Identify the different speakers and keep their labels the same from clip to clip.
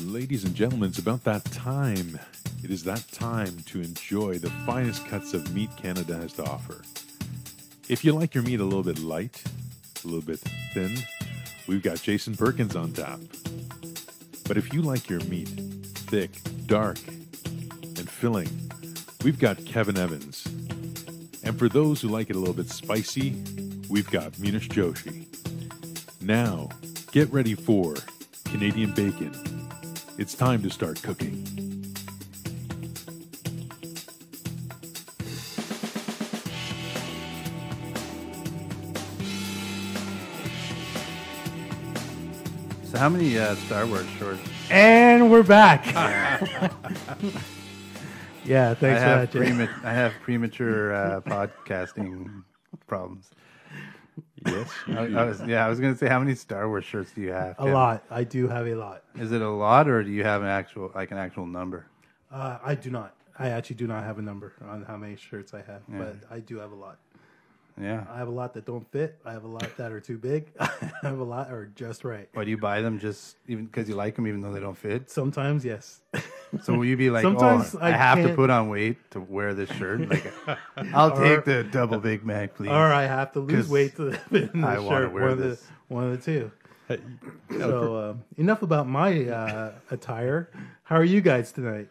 Speaker 1: ladies and gentlemen, it's about that time. It is that time to enjoy the finest cuts of meat Canada has to offer. If you like your meat a little bit light, a little bit thin, we've got Jason Perkins on tap. But if you like your meat thick, dark, and filling, we've got Kevin Evans. And for those who like it a little bit spicy, we've got Munish Joshi. Now, get ready for Canadian bacon. It's time to start cooking.
Speaker 2: So how many uh, Star Wars shorts?
Speaker 3: And we're back. yeah,
Speaker 2: I
Speaker 3: thanks for
Speaker 2: have
Speaker 3: that, Jay.
Speaker 2: prema- I have premature uh, podcasting problems.
Speaker 1: Yes, you
Speaker 2: I, I
Speaker 1: do.
Speaker 2: was, yeah, I was gonna say, how many Star Wars shirts do you have?
Speaker 3: Oh, A
Speaker 2: Kevin?
Speaker 3: lot. I do have a lot.
Speaker 2: Is it a lot, or do you have an actual like an actual number?
Speaker 3: Uh, I do not. I actually do not have a number on how many shirts I have, but I do have a lot.
Speaker 2: Yeah.
Speaker 3: I have a lot that don't fit. I have a lot that are too big. I have a lot that are just right.
Speaker 2: Why do you buy them just even because you like them, even though they don't fit?
Speaker 3: Sometimes, yes.
Speaker 2: So will you be like,
Speaker 3: Sometimes
Speaker 2: oh, I,
Speaker 3: I
Speaker 2: have to
Speaker 3: can't-
Speaker 2: put on weight to wear this shirt? Like, I'll
Speaker 3: Or-
Speaker 2: take the double Big Mac, please.
Speaker 3: or I have to
Speaker 2: 'Cause
Speaker 3: lose weight to fit in the
Speaker 2: I wanna
Speaker 3: shirt.
Speaker 2: wear
Speaker 3: one, of the,
Speaker 2: this.
Speaker 3: one of the two.
Speaker 1: Hey,
Speaker 3: So um, enough about my uh, attire. How are you guys tonight?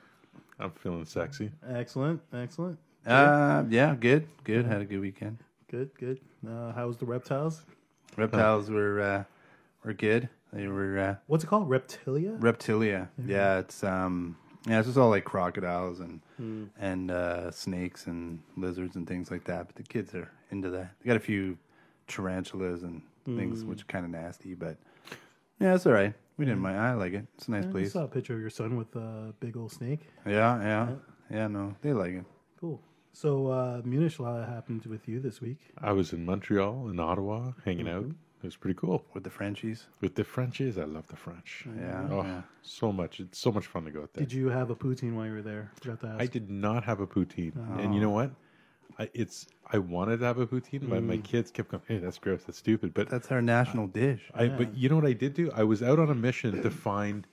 Speaker 1: I'm feeling sexy.
Speaker 3: Excellent, excellent.
Speaker 2: Uh, yeah, good, good. Had a good weekend.
Speaker 3: Good, good. Uh, how was the reptiles?
Speaker 2: Reptiles were uh, were good. They were uh,
Speaker 3: What's it called? Reptilia?
Speaker 2: reptilia. Yeah, it's um, yeah, it's just all like crocodiles and and uh, snakes and lizards and things like that. But the kids are into that. They got a few tarantulas and things, which are kind of nasty. But yeah, it's all right. We didn't mind. I like it. It's a nice
Speaker 3: I
Speaker 2: place.
Speaker 3: saw a picture of your son with a big old snake.
Speaker 2: Yeah, yeah, yeah. No, they like it.
Speaker 3: Cool. So, uh, Munich Law happened with you this week.
Speaker 1: I was in Montreal and Ottawa hanging out.
Speaker 2: Mm-hmm.
Speaker 1: It was pretty cool.
Speaker 2: With the Frenchies,
Speaker 1: With the Frenchies, I love the French.
Speaker 2: yeah,
Speaker 1: Oh,
Speaker 2: yeah.
Speaker 1: so much. It's so much fun to go out there.
Speaker 3: Did you have a poutine while you were there? Forgot to ask.
Speaker 1: I did not have a poutine. And you
Speaker 2: Oh.
Speaker 1: know what? I, it's I wanted to have a poutine, but
Speaker 2: Mm.
Speaker 1: my kids kept going, hey, that's gross. That's stupid. But
Speaker 2: That's our national dish.
Speaker 1: I, but you know what I did do? I was out on a mission to find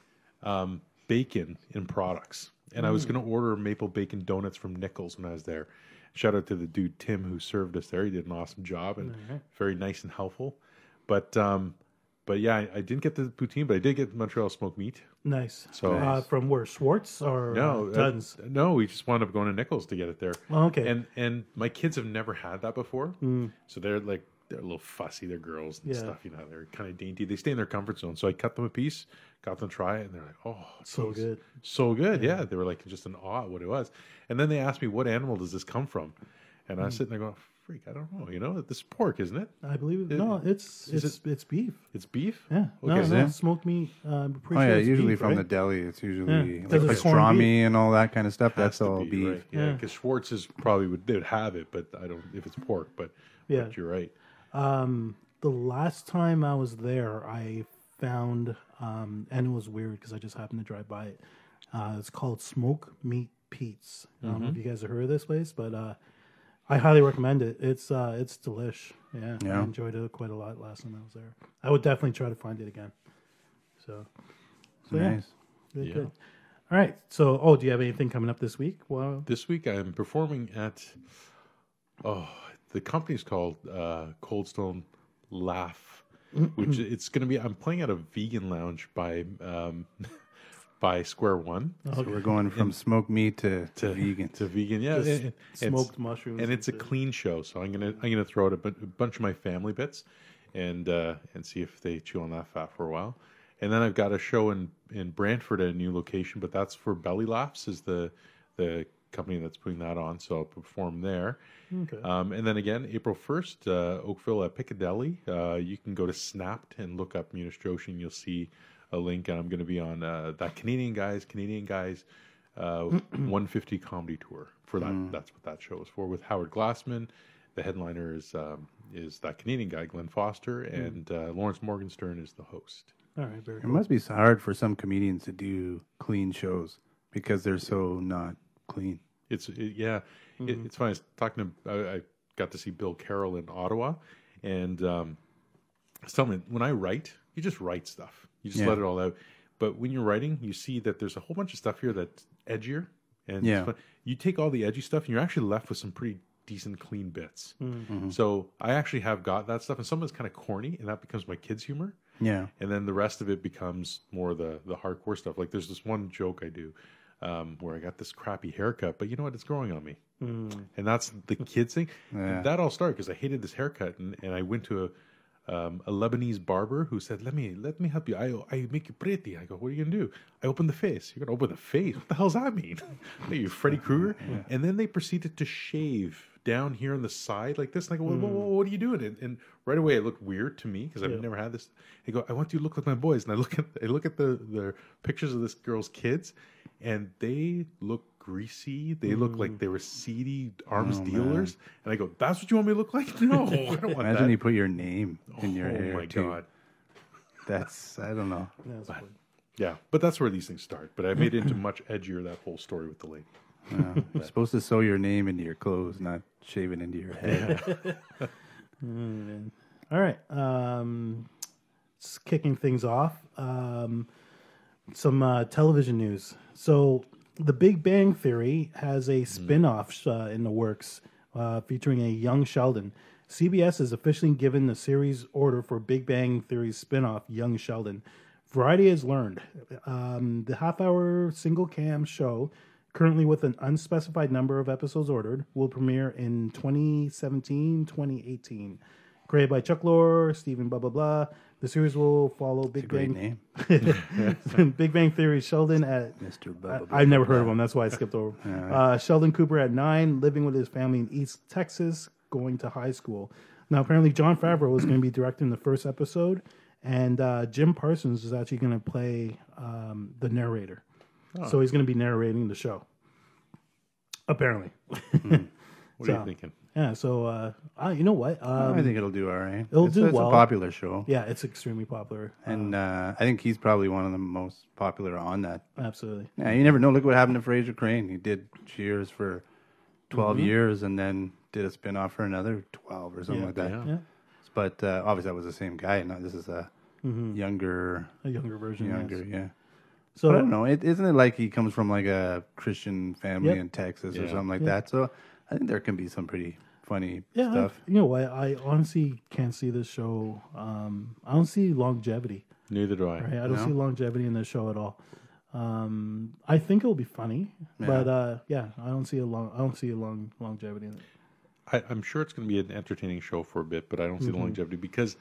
Speaker 1: um, bacon in products, and I was going to order maple bacon donuts from Nichols when I was there. Shout out to the dude Tim who served us there. He did an awesome job and very nice and helpful. But um, but yeah, I, I didn't get the poutine, but I did get Montreal smoked meat.
Speaker 3: Nice.
Speaker 1: So-
Speaker 3: uh, from where? Schwartz or
Speaker 1: No,
Speaker 3: uh,
Speaker 1: uh,
Speaker 3: Dunn's?
Speaker 1: no, we just wound up going to Nichols to get it there.
Speaker 3: Oh, okay.
Speaker 1: And and my kids have never had that before, so they're like they're a little fussy. They're girls and
Speaker 3: Mm. Yeah.
Speaker 1: stuff, you know. They're kind of dainty. They stay in their comfort zone. So I cut them a piece, got them to try it, and they're like, "Oh,
Speaker 3: So
Speaker 1: geez,
Speaker 3: good.
Speaker 1: so good." Yeah. they were like just in awe at what it was. And then they asked me, "What animal does this come from?" And
Speaker 3: Mm.
Speaker 1: I was sitting there going, "Freak, I don't know. You know, this is pork, isn't it?
Speaker 3: I believe it. No, it's
Speaker 1: is
Speaker 3: it's it's beef.
Speaker 1: It's beef."
Speaker 3: Yeah.
Speaker 1: Okay.
Speaker 3: No, no,
Speaker 2: Yeah.
Speaker 3: smoked meat. Uh, I'm
Speaker 2: Oh
Speaker 3: pretty
Speaker 2: yeah,
Speaker 3: sure it's
Speaker 2: usually
Speaker 3: beef,
Speaker 2: from the
Speaker 3: right?
Speaker 2: deli. It's usually
Speaker 3: Yeah, 'cause
Speaker 2: like
Speaker 3: it's corned
Speaker 2: pastrami and all that kind of stuff.
Speaker 1: Has
Speaker 2: That's
Speaker 1: to
Speaker 2: all
Speaker 1: be,
Speaker 2: beef.
Speaker 1: right? Yeah,
Speaker 3: Yeah.
Speaker 1: because Schwartz is probably would they would have it, but I don't if it's pork. But
Speaker 3: Yeah.
Speaker 1: but you're right.
Speaker 3: Um, the last time I was there, I found, um, and it was weird because I just happened to drive by it. Uh, it's called Smoke Meat Pete's. I don't know
Speaker 2: Mm-hmm.
Speaker 3: if you guys have heard of this place, but uh, I highly recommend it. It's uh, it's delish. Yeah,
Speaker 2: Yeah.
Speaker 3: I enjoyed it quite a lot last time I was there. I would definitely try to find it again. So, so
Speaker 2: Nice.
Speaker 3: yeah, good,
Speaker 1: Yeah.
Speaker 3: good. All right. So, oh, do you have anything coming up this week? Well,
Speaker 1: This week I am performing at oh the company's called uh, Coldstone Laugh, which it's going to be. I'm playing at a vegan lounge by um, by Square One
Speaker 2: So we're going from smoked meat to, to vegan.
Speaker 1: to vegan. Yeah,
Speaker 3: Just
Speaker 1: and- and it's-
Speaker 3: smoked mushrooms
Speaker 1: and it's a
Speaker 3: and-
Speaker 1: clean show. So I'm gonna I'm gonna throw out a bu- a bunch of my family bits and uh, and see if they chew on that fat for a while. And then I've got a show in in Brantford at a new location, but that's for Belly Laughs is the the company that's putting that on. So I'll perform there.
Speaker 3: okay.
Speaker 1: Um, and then again, April 1st, uh, Oakville at Piccadilly. Uh, you can go to Snapped and look up Munish Joshi, and you'll see a link. And I'm going to be on uh, that Canadian Guys, Canadian Guys uh, 150 comedy tour for that. That's what that show is for with Howard Glassman. The headliner is um, is that Canadian guy, Glenn Foster, and uh, Lawrence Morgenstern is the host.
Speaker 3: All right. Very
Speaker 2: It
Speaker 3: cool.
Speaker 2: must be so hard for some comedians to do clean shows because they're so not clean.
Speaker 1: It's it, yeah, it,
Speaker 2: Mm-hmm.
Speaker 1: it's funny. I was talking to I, I got to see Bill Carroll in Ottawa, and um, I was telling him when I write, you just write stuff. You just
Speaker 2: Yeah.
Speaker 1: let it all out. But when you're writing, you see that there's a whole bunch of stuff here that's edgier. And it's
Speaker 2: Yeah.
Speaker 1: fun. you take all the edgy stuff and you're actually left with some pretty decent, clean bits.
Speaker 2: Mm-hmm.
Speaker 1: So I actually have got that stuff. And some of it's kind of corny, and that becomes my kids' humor
Speaker 2: Yeah.
Speaker 1: and then the rest of it becomes more the the hardcore stuff. Like there's this one joke I do um, where I got this crappy haircut, but you know what? It's growing on me, and that's the kids thing.
Speaker 2: Yeah.
Speaker 1: That all started because I hated this haircut, and, and I went to a um, a Lebanese barber who said, "Let me let me help you. I I make you pretty." I go, "What are you gonna do?" I open the face. You're gonna open the face. What the hell's that mean? Are you Freddy Krueger? And then they proceeded to shave down here on the side like this. And I go, "Whoa, whoa, whoa, what are you doing?" And, and right away it looked weird to me because I've never had this. I go, "I want you to look like my boys," and I look at I look at the the pictures of this girl's kids, and they look greasy. They look
Speaker 2: Mm.
Speaker 1: like they were seedy arms dealers. And I go, "That's what you want me to look like?" No, I don't want
Speaker 2: Oh, Imagine
Speaker 1: that.
Speaker 2: you put your name in your
Speaker 1: oh
Speaker 2: hair.
Speaker 1: my
Speaker 2: too.
Speaker 1: god.
Speaker 2: That's I don't know.
Speaker 3: Yeah, that's cool.
Speaker 1: Yeah, but that's where these things start. But I made it into much edgier that whole story with the lady.
Speaker 2: Yeah. You're supposed to sew your name into your clothes, not shave it into your head.
Speaker 3: All right. Um, just kicking things off. Um, some uh, television news. So, The Big Bang Theory has
Speaker 2: Hmm.
Speaker 3: a spin off uh, in the works uh, featuring a young Sheldon. CBS has officially given the series order for Big Bang Theory's spin off, Young Sheldon. Variety has learned um, the half hour single cam show, currently with an unspecified number of episodes ordered, will premiere in 2017 2018. Created by Chuck Lorre, Stephen blah blah blah. The series will follow Big
Speaker 2: Great
Speaker 3: Bang
Speaker 2: name,
Speaker 3: Big Bang Theory, Sheldon at.
Speaker 2: Mister
Speaker 3: I-
Speaker 2: Bubba.
Speaker 3: I've never heard of him. That's why I skipped over. Uh, Sheldon Cooper at nine, living with his family in East Texas, going to high school. Now, apparently, John Favreau is going to be directing the first episode, and uh, Jim Parsons is actually going to play um, the narrator.
Speaker 2: Oh.
Speaker 3: So he's going to be narrating the show. Apparently,
Speaker 2: Hmm.
Speaker 1: What are
Speaker 3: So-
Speaker 1: you thinking?
Speaker 3: yeah. So uh, uh, you know what? Um,
Speaker 2: I think it'll do all right.
Speaker 3: it'll
Speaker 2: it's,
Speaker 3: do
Speaker 2: it's
Speaker 3: well.
Speaker 2: a popular show,
Speaker 3: yeah, it's extremely popular.
Speaker 2: and uh, I think he's probably one of the most popular on that
Speaker 3: Absolutely.
Speaker 2: Yeah, you never know. Look what happened to Fraser Crane. He did Cheers for 12 years and then did a spin off for another 12 or something like that.
Speaker 1: Yeah.
Speaker 3: Mm-hmm. Yeah,
Speaker 2: But uh, obviously, that was the same guy. Now this is a younger,
Speaker 3: a younger version. Mm-hmm. yes.
Speaker 2: younger, yeah.
Speaker 3: So
Speaker 2: But I don't know. It, isn't it like he comes from like a Christian family
Speaker 3: Yep.
Speaker 2: in Texas or
Speaker 1: Yeah.
Speaker 2: something like that? So I think there can be some pretty funny
Speaker 3: yeah, I-
Speaker 2: stuff.
Speaker 3: you know what? I honestly can't see this show. Um, I don't see longevity.
Speaker 1: Neither do I.
Speaker 3: Right? I don't see longevity in this show at all. Um, I think it'll be funny, but uh, yeah, I don't see a long. I don't see a long longevity in it.
Speaker 1: I, I'm sure it's going to be an entertaining show for a bit, but I don't see
Speaker 2: Mm-hmm.
Speaker 1: the longevity because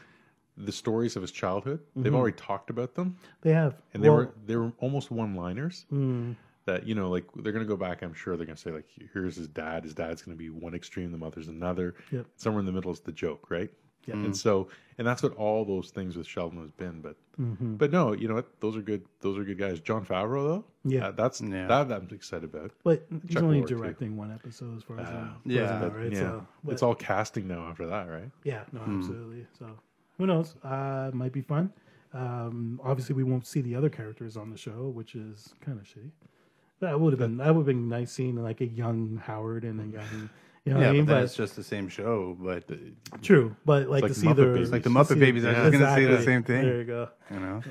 Speaker 1: the stories of his childhood, they've already talked about them,
Speaker 3: They have,
Speaker 1: and they
Speaker 3: well, Hmm.
Speaker 1: were they were almost one liners. That you know, like they're going to go back. I'm sure they're going to say like, "Here's his dad. His dad's going to be one extreme, the mother's another.
Speaker 3: Yep.
Speaker 1: Somewhere in the middle is the joke, right?
Speaker 3: Yeah.
Speaker 1: And so, and that's what all those things with Sheldon has been. But,
Speaker 3: Mm-hmm.
Speaker 1: but no, you know what? Those are good. Those are good guys. John Favreau though.
Speaker 3: Yeah.
Speaker 1: Uh, that's
Speaker 2: Yeah.
Speaker 1: that I'm excited about.
Speaker 3: but he's
Speaker 1: Chuck
Speaker 3: only
Speaker 1: Lorre, too. Uh,
Speaker 3: directing one episode as far as I
Speaker 2: yeah,
Speaker 3: know, right?
Speaker 1: yeah,
Speaker 3: So, but-
Speaker 1: it's all casting now after that, right?
Speaker 3: Yeah, no,
Speaker 2: Hmm.
Speaker 3: absolutely. So who knows? Uh, might be fun. Um, obviously, we won't see the other characters on the show, which is kind of shitty. That would have been that would have been nice seeing like a young Howard and a young, you know, what
Speaker 2: Hmm. Yeah,
Speaker 3: I mean?
Speaker 2: but then
Speaker 3: But,
Speaker 2: it's just the same show. But, you
Speaker 3: true. But like,
Speaker 1: like
Speaker 3: to see
Speaker 1: Muppet
Speaker 3: their
Speaker 1: Babies. Like
Speaker 2: the
Speaker 3: to
Speaker 2: Muppet
Speaker 3: see-
Speaker 2: Babies, I was just gonna say the same thing.
Speaker 3: There you go.
Speaker 2: know,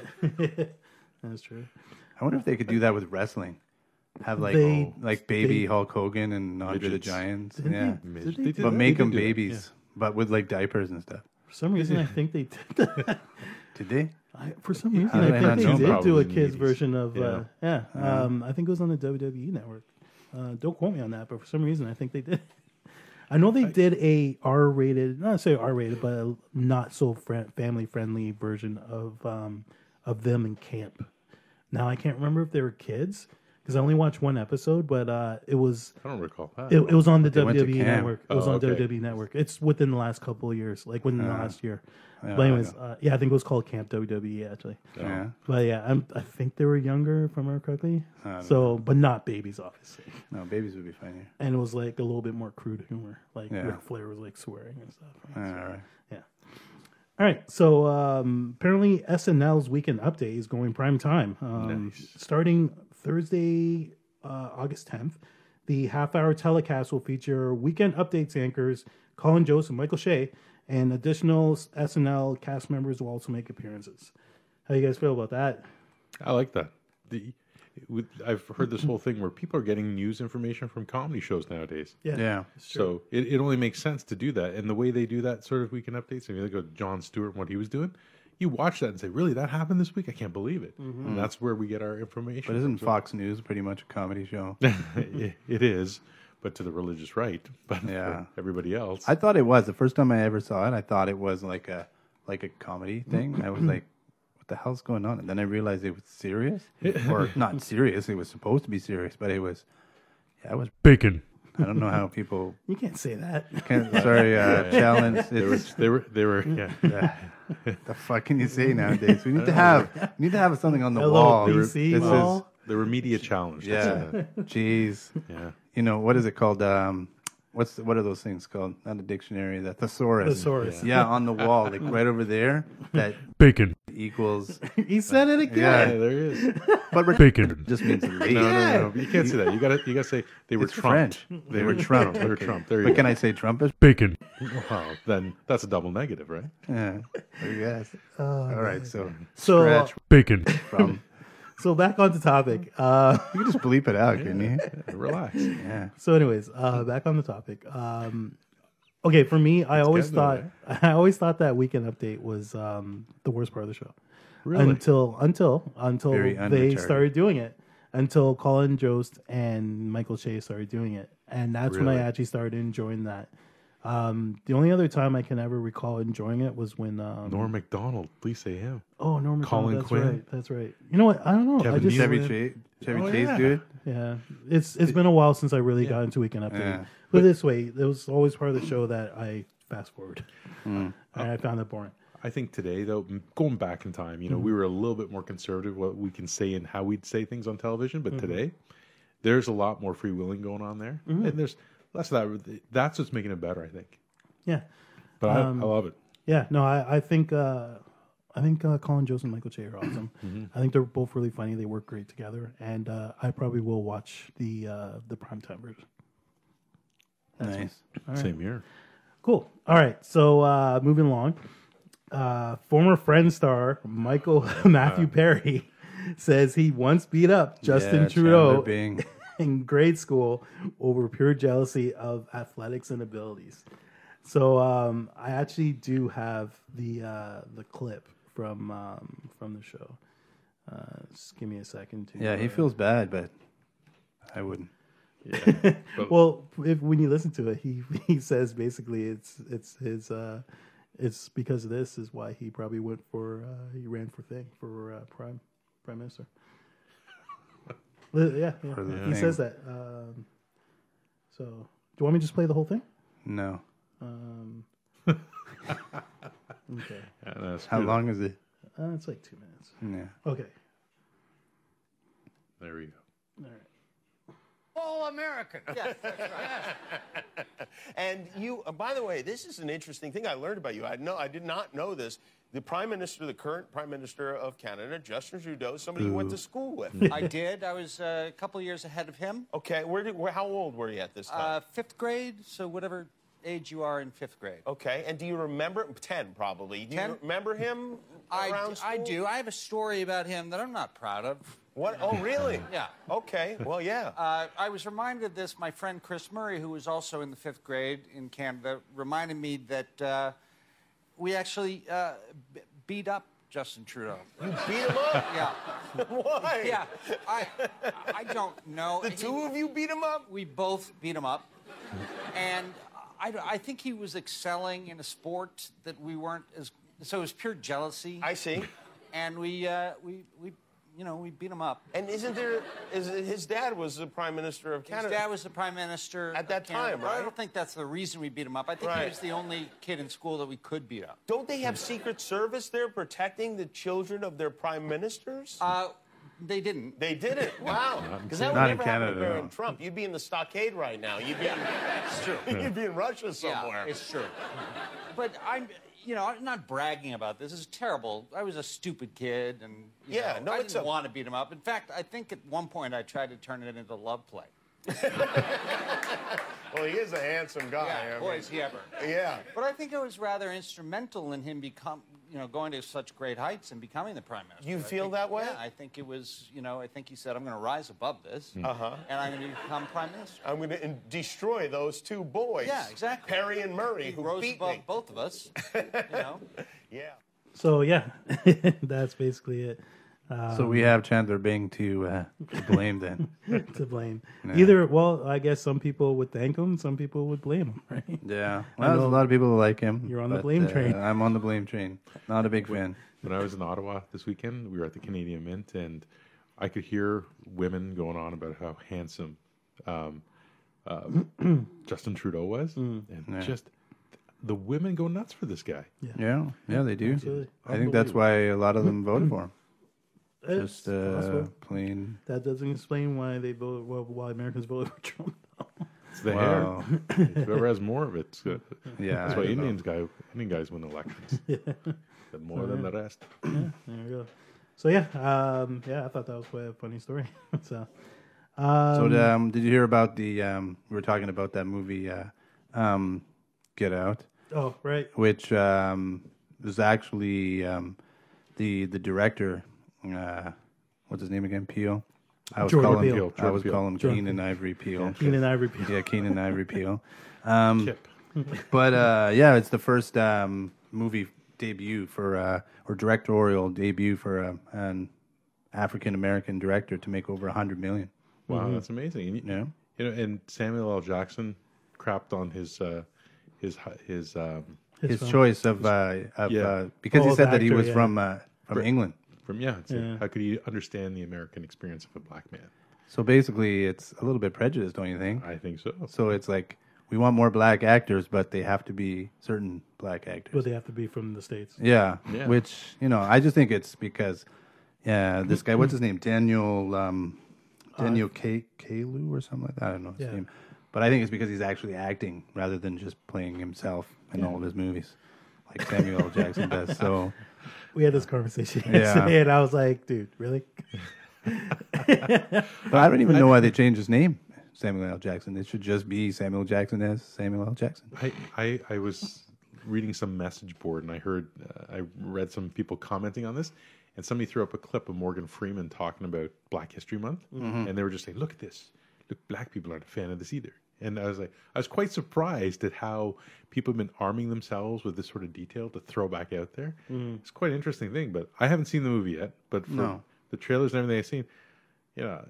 Speaker 3: That's true.
Speaker 2: I wonder if they could do that with wrestling. Have like
Speaker 3: They-
Speaker 2: like baby
Speaker 3: they-
Speaker 2: Hulk Hogan and Andre the
Speaker 1: Midgets.
Speaker 2: Giants.
Speaker 3: Didn't
Speaker 2: yeah.
Speaker 3: they-
Speaker 1: Midge-
Speaker 3: did
Speaker 1: they
Speaker 3: they do
Speaker 1: did
Speaker 2: but
Speaker 1: that.
Speaker 2: make them
Speaker 1: did that,
Speaker 2: babies, but with like diapers and stuff.
Speaker 3: For some reason, I think they did. That.
Speaker 2: Did they?
Speaker 3: I, for some reason,
Speaker 2: did
Speaker 3: I
Speaker 2: I
Speaker 3: think
Speaker 2: not
Speaker 3: they
Speaker 2: know
Speaker 3: did
Speaker 1: about
Speaker 3: do
Speaker 1: it in
Speaker 3: a
Speaker 1: the
Speaker 3: kids
Speaker 1: 80s?
Speaker 3: version of uh, yeah. Um, I think it was on the WWE network. Uh, don't quote me on that, but for some reason, I think they did. I know they did a R-rated, not say R-rated, but a not so friend, family-friendly version of um, of them in camp. Now I can't remember if they were kids because I only watched one episode, but uh, it was
Speaker 1: I don't recall that.
Speaker 3: it, it was on the
Speaker 2: went to
Speaker 3: WWE
Speaker 2: camp.
Speaker 3: network. It was
Speaker 1: Oh,
Speaker 3: on
Speaker 1: okay.
Speaker 3: WWE network. It's within the last couple of years, like within the last year. but anyways, uh, yeah, I think it was called Camp WWE actually.
Speaker 2: Yeah.
Speaker 3: But yeah, I'm, I think they were younger, if I remember correctly. So, but not babies, obviously.
Speaker 2: No, babies would be funny.
Speaker 3: And it was like a little bit more crude humor, like
Speaker 2: Yeah.
Speaker 3: Ric Flair was like swearing and stuff.
Speaker 2: All
Speaker 3: right?
Speaker 2: right.
Speaker 3: Yeah. All right. So um, apparently SNL's weekend update is going prime time. Um, Starting Thursday, uh, August 10th, the half hour telecast will feature weekend updates anchors Colin Jost and Michael Shea, and additional SNL cast members will also make appearances. How you guys feel about that?
Speaker 1: I like that. The, with, I've heard this whole thing where people are getting news information from comedy shows nowadays.
Speaker 3: Yeah.
Speaker 2: Yeah.
Speaker 3: it's
Speaker 1: So
Speaker 3: true.
Speaker 1: it, it only makes sense to do that. And the way they do that sort of weekend updates, if you look at John Stewart and what he was doing, you watch that and say, Really, that happened this week? I can't believe it.
Speaker 2: Mm-hmm.
Speaker 1: And that's where we get our
Speaker 2: But
Speaker 1: information.
Speaker 2: isn't Fox News pretty much a comedy show?
Speaker 1: It- it is, but to the religious right, but for
Speaker 2: Yeah.
Speaker 1: everybody else.
Speaker 2: I thought it was the first time I ever saw it. I thought it was like a like a comedy thing. I was like, "What the hell's going on?" And then I realized it was serious, or not serious. It was supposed to be serious, but it was. Yeah, it was
Speaker 1: bacon.
Speaker 2: I don't know how people.
Speaker 3: You can't say that.
Speaker 2: Can, sorry, uh, challenge. It's,
Speaker 1: They were, they were, yeah. yeah.
Speaker 2: the fuck can you say nowadays? We need to have we need to have something on the
Speaker 3: Hello,
Speaker 2: wall.
Speaker 3: PC
Speaker 2: this
Speaker 3: wall.
Speaker 1: They were media challenged.
Speaker 2: is
Speaker 1: that's
Speaker 2: yeah.
Speaker 1: it.
Speaker 2: Jeez,
Speaker 1: Yeah.
Speaker 2: you know what is it called? Um, what's the, what are those things called? Not a dictionary, the thesaurus.
Speaker 3: Thesaurus.
Speaker 2: Yeah, on the wall, like right over there. That
Speaker 4: Bacon.
Speaker 2: equals.
Speaker 3: he said it again.
Speaker 1: Yeah,
Speaker 2: Yeah.
Speaker 1: there is.
Speaker 2: But re-
Speaker 4: Bacon.
Speaker 2: just means late.
Speaker 1: No, no, no. You can't say that. You gotta, you gotta say they were
Speaker 2: It's
Speaker 1: trumped.
Speaker 2: French. They were Trump.
Speaker 1: They were
Speaker 2: okay.
Speaker 1: trumped. There you
Speaker 2: But can
Speaker 1: go.
Speaker 2: I say Trumpish?
Speaker 4: Bacon.
Speaker 1: Wow, then that's a double negative, right?
Speaker 2: Yeah. Yes. All right. So
Speaker 3: So,
Speaker 2: scratch
Speaker 4: Bacon.
Speaker 2: from.
Speaker 3: so back on the topic. Uh,
Speaker 2: You can just bleep it out, couldn't you?
Speaker 1: Relax.
Speaker 2: Yeah.
Speaker 3: so, anyways, uh, back on the topic. Um, okay, for me, I always
Speaker 1: get
Speaker 3: thought
Speaker 1: there.
Speaker 3: I always thought that weekend update was um, the worst part of the show.
Speaker 1: Really?
Speaker 3: Until until until
Speaker 2: Very
Speaker 3: they
Speaker 2: unretarded.
Speaker 3: started doing it. Until Colin Jost and Michael Che started doing it, and that's when I
Speaker 1: Really?
Speaker 3: actually started enjoying that. Um, the only other time I can ever recall enjoying it was when um,
Speaker 1: Norm McDonald, please say him.
Speaker 3: Oh,
Speaker 1: Colin
Speaker 3: Norman Colin that's
Speaker 1: Quinn.
Speaker 3: Right, that's right. You know what? I don't know. I
Speaker 1: Kevin
Speaker 3: just,
Speaker 2: Chevy Chase. Chevy
Speaker 1: Oh,
Speaker 2: Chase,
Speaker 1: yeah.
Speaker 2: dude.
Speaker 3: yeah, it's it's been a while since I really got into Weekend Update.
Speaker 2: Yeah.
Speaker 3: But, this way, it was always part of the show that I fast forward,
Speaker 2: Mm.
Speaker 3: and I found that boring.
Speaker 1: I think today, though, m- going back in time, you know, we were a little bit more conservative what we can say and how we'd say things on television. But today, there's a lot more free willing going on there, and there's less of that. That's what's making it better, I think.
Speaker 3: Yeah,
Speaker 1: But I, I love it.
Speaker 3: yeah. No, I I think uh, I think uh, Colin Jost and Michael Che are awesome. I think they're both really funny. They work great together, and uh, I probably will watch the uh, the primetime version.
Speaker 2: nice.
Speaker 1: Same here.
Speaker 3: Cool. All right. So uh, moving along, uh, former Friend star Michael Matthew
Speaker 2: Uh.
Speaker 3: Perry says he once beat up Justin
Speaker 2: Yeah,
Speaker 3: Trudeau
Speaker 2: Chandler Bing.
Speaker 3: in grade school over pure jealousy of athletics and abilities. So um, I actually do have the uh, the clip from um, from the show. Uh, just give me a second to
Speaker 2: Yeah, he feels bad, but I wouldn't.
Speaker 3: Well, if, when you listen to it, he he says basically it's it's his uh, it's because of this is why he probably went for uh, he ran for thing for uh, prime prime minister. Li- yeah, yeah,
Speaker 2: For the
Speaker 3: he
Speaker 2: thing.
Speaker 3: says that. Um, so, do you want me to just play the whole thing?
Speaker 2: No.
Speaker 3: Um, okay,
Speaker 1: And that's
Speaker 2: How
Speaker 1: good.
Speaker 2: long is it?
Speaker 3: uh, it's like two minutes.
Speaker 2: Yeah.
Speaker 3: Okay,
Speaker 1: There we go.
Speaker 3: all right.
Speaker 5: all American.
Speaker 6: Yes, that's right.
Speaker 5: And you, uh, by the way, this is an interesting thing I learned about you. I know I did not know this. The prime minister, the current prime minister of Canada, Justin Trudeau, somebody you went to school with.
Speaker 6: I did. I was uh, a couple years ahead of him.
Speaker 5: Okay, where did? Where, how old were you at this
Speaker 6: Uh,
Speaker 5: time?
Speaker 6: fifth grade, so whatever age you are in fifth grade.
Speaker 5: okay, and do you remember? Ten, probably. Do you
Speaker 6: 10?
Speaker 5: remember him
Speaker 6: I,
Speaker 5: around
Speaker 6: d- I
Speaker 5: school?
Speaker 6: do. I have a story about him that I'm not proud of.
Speaker 5: What? Oh, really?
Speaker 6: Yeah.
Speaker 5: Okay. Well, yeah.
Speaker 6: Uh, I was reminded of this. My friend Chris Murray, who was also in the fifth grade in Canada, reminded me that uh, we actually uh, b- beat up Justin Trudeau.
Speaker 5: Beat him up.
Speaker 6: Yeah,
Speaker 5: Why?
Speaker 6: yeah. I, I don't know.
Speaker 5: The
Speaker 6: He-
Speaker 5: two of you beat him up.
Speaker 6: We both beat him up. And I, I think he was excelling in a sport that we weren't as. So it was pure jealousy.
Speaker 5: I see.
Speaker 6: and we, uh, we, we, you know, we beat him up.
Speaker 5: And isn't there? Is his dad was the prime minister of Canada?
Speaker 6: His dad was the prime minister
Speaker 5: At
Speaker 6: of
Speaker 5: that
Speaker 6: Canada,
Speaker 5: time,
Speaker 6: but I
Speaker 5: right?
Speaker 6: don't think that's the reason we beat him up. I think
Speaker 5: Right.
Speaker 6: he was the only kid in school that we could beat up.
Speaker 5: Don't they have Secret Service there protecting the children of their prime ministers?
Speaker 6: Uh, they didn't.
Speaker 5: they did it. Wow. Because that would
Speaker 2: Not in
Speaker 5: never happen to
Speaker 2: Canada,
Speaker 5: Barron
Speaker 2: no.
Speaker 5: Trump. You'd be in the stockade right now. You'd be,
Speaker 6: It's true.
Speaker 5: you'd be in Russia somewhere.
Speaker 6: Yeah, it's true. But I'm, you know, I'm not bragging about this. It's terrible. I was a stupid kid, and you
Speaker 5: Yeah, no,
Speaker 6: know, I
Speaker 5: it's
Speaker 6: didn't
Speaker 5: a-
Speaker 6: want to beat him up. In fact, I think at one point I tried to turn it into love play.
Speaker 5: well, he is a handsome guy.
Speaker 6: yeah,
Speaker 5: I
Speaker 6: boy,
Speaker 5: mean,
Speaker 6: is he ever.
Speaker 5: yeah.
Speaker 6: But I think I was rather instrumental in him become you know, going to such great heights and becoming the prime minister.
Speaker 5: You
Speaker 6: I
Speaker 5: feel
Speaker 6: think-
Speaker 5: that way?
Speaker 6: Yeah, I think it was, you know, I think he said, I'm going to rise above this,
Speaker 5: Mm-hmm. Uh-huh.
Speaker 6: and I'm going to become prime minister.
Speaker 5: I'm going to destroy those two boys.
Speaker 6: Yeah, exactly.
Speaker 5: Perry and Murray,
Speaker 6: He
Speaker 5: who
Speaker 6: rose
Speaker 5: beat
Speaker 6: above
Speaker 5: me.
Speaker 6: both of us, you know.
Speaker 5: Yeah.
Speaker 3: So yeah, that's basically it
Speaker 2: so we
Speaker 3: Um,
Speaker 2: have Chandler Bing to, uh, to blame then.
Speaker 3: to blame. Either well, I guess some people would thank him, some people would blame him, right?
Speaker 2: Yeah, well, there's a lot of people who like him. uh,
Speaker 3: You're on the blame train.
Speaker 2: I'm on the blame train. Not a big fan.
Speaker 1: When I was in Ottawa this weekend, we were at the Canadian Mint, and I could hear women going on about how handsome um, uh, Justin Trudeau was, and just the women go nuts for this guy.
Speaker 2: Yeah, yeah, they do.
Speaker 3: Absolutely.
Speaker 2: I think that's why a lot of them voted for him.
Speaker 3: It's
Speaker 2: Just uh,
Speaker 3: possible.
Speaker 2: plain.
Speaker 3: That doesn't explain why they vote. Well, why Americans voted for Trump.
Speaker 1: It's the
Speaker 2: Wow.
Speaker 1: hair. Whoever has more of it's good.
Speaker 2: Yeah,
Speaker 1: that's
Speaker 2: I
Speaker 1: why
Speaker 2: don't
Speaker 1: Indians guy Indian guys win elections. The more than the rest.
Speaker 3: There we go. So yeah, um, yeah, I thought that was quite a funny story. so
Speaker 2: so um, did you hear about the? Um, we were talking about that movie, uh, um, Get Out,
Speaker 3: oh right,
Speaker 2: which um, was actually um, the the director. Uh, what's his name again? Peel. I was
Speaker 3: Jordan
Speaker 2: calling.
Speaker 3: Peele.
Speaker 2: I
Speaker 1: Jordan
Speaker 2: was
Speaker 1: Peele.
Speaker 2: calling Keenan Ivory Peel.
Speaker 3: Keenan Ivory Peel.
Speaker 2: Yeah, Keenan Ivory Peel. Um,
Speaker 1: Kip.
Speaker 2: but uh, yeah, it's the first um, movie debut for uh, or directorial debut for um an African American director to make over a hundred million.
Speaker 1: Wow, that's amazing. And you,
Speaker 2: Yeah.
Speaker 1: you know, and Samuel L. Jackson crapped on his uh, his hi- his um,
Speaker 2: His
Speaker 3: film.
Speaker 2: choice of, uh, of
Speaker 1: Yeah.
Speaker 2: uh, because
Speaker 3: Oh,
Speaker 2: he
Speaker 3: the
Speaker 2: said that he
Speaker 3: actor,
Speaker 2: was
Speaker 3: yeah.
Speaker 2: from uh, from England.
Speaker 1: from yeah, it's like,
Speaker 3: Yeah.
Speaker 1: How could he understand the American experience of a black man?
Speaker 2: So basically, it's a little bit prejudiced, don't you think?
Speaker 1: I think so.
Speaker 2: So it's like we want more black actors, but they have to be certain black actors.
Speaker 3: But they have to be from the states.
Speaker 2: Yeah,
Speaker 1: Yeah.
Speaker 2: Which you know, I just think it's because, yeah, this guy, what's his name, Daniel, um, Daniel K. Kalu or something like that. I don't know his
Speaker 3: Uh, Yeah.
Speaker 2: name, but I think it's because he's actually acting rather than just playing himself in all of his movies, like Samuel L. Jackson does. So
Speaker 3: We had this conversation
Speaker 2: Yeah.
Speaker 3: yesterday, and I was like, dude, really?
Speaker 2: But I don't even know why they changed his name, Samuel L. Jackson. It should just be Samuel Jackson as Samuel L. Jackson.
Speaker 1: I, I I was reading some message board and I heard uh, I read some people commenting on this, and somebody threw up a clip of Morgan Freeman talking about Black History Month, and they were just saying, "Look at this! Look, black people aren't a fan of this either." And I was like, I was quite surprised at how people have been arming themselves with this sort of detail to throw back out there. It's quite an interesting thing, but I haven't seen the movie yet. But from
Speaker 2: No.
Speaker 1: the trailers and everything I've seen, you know,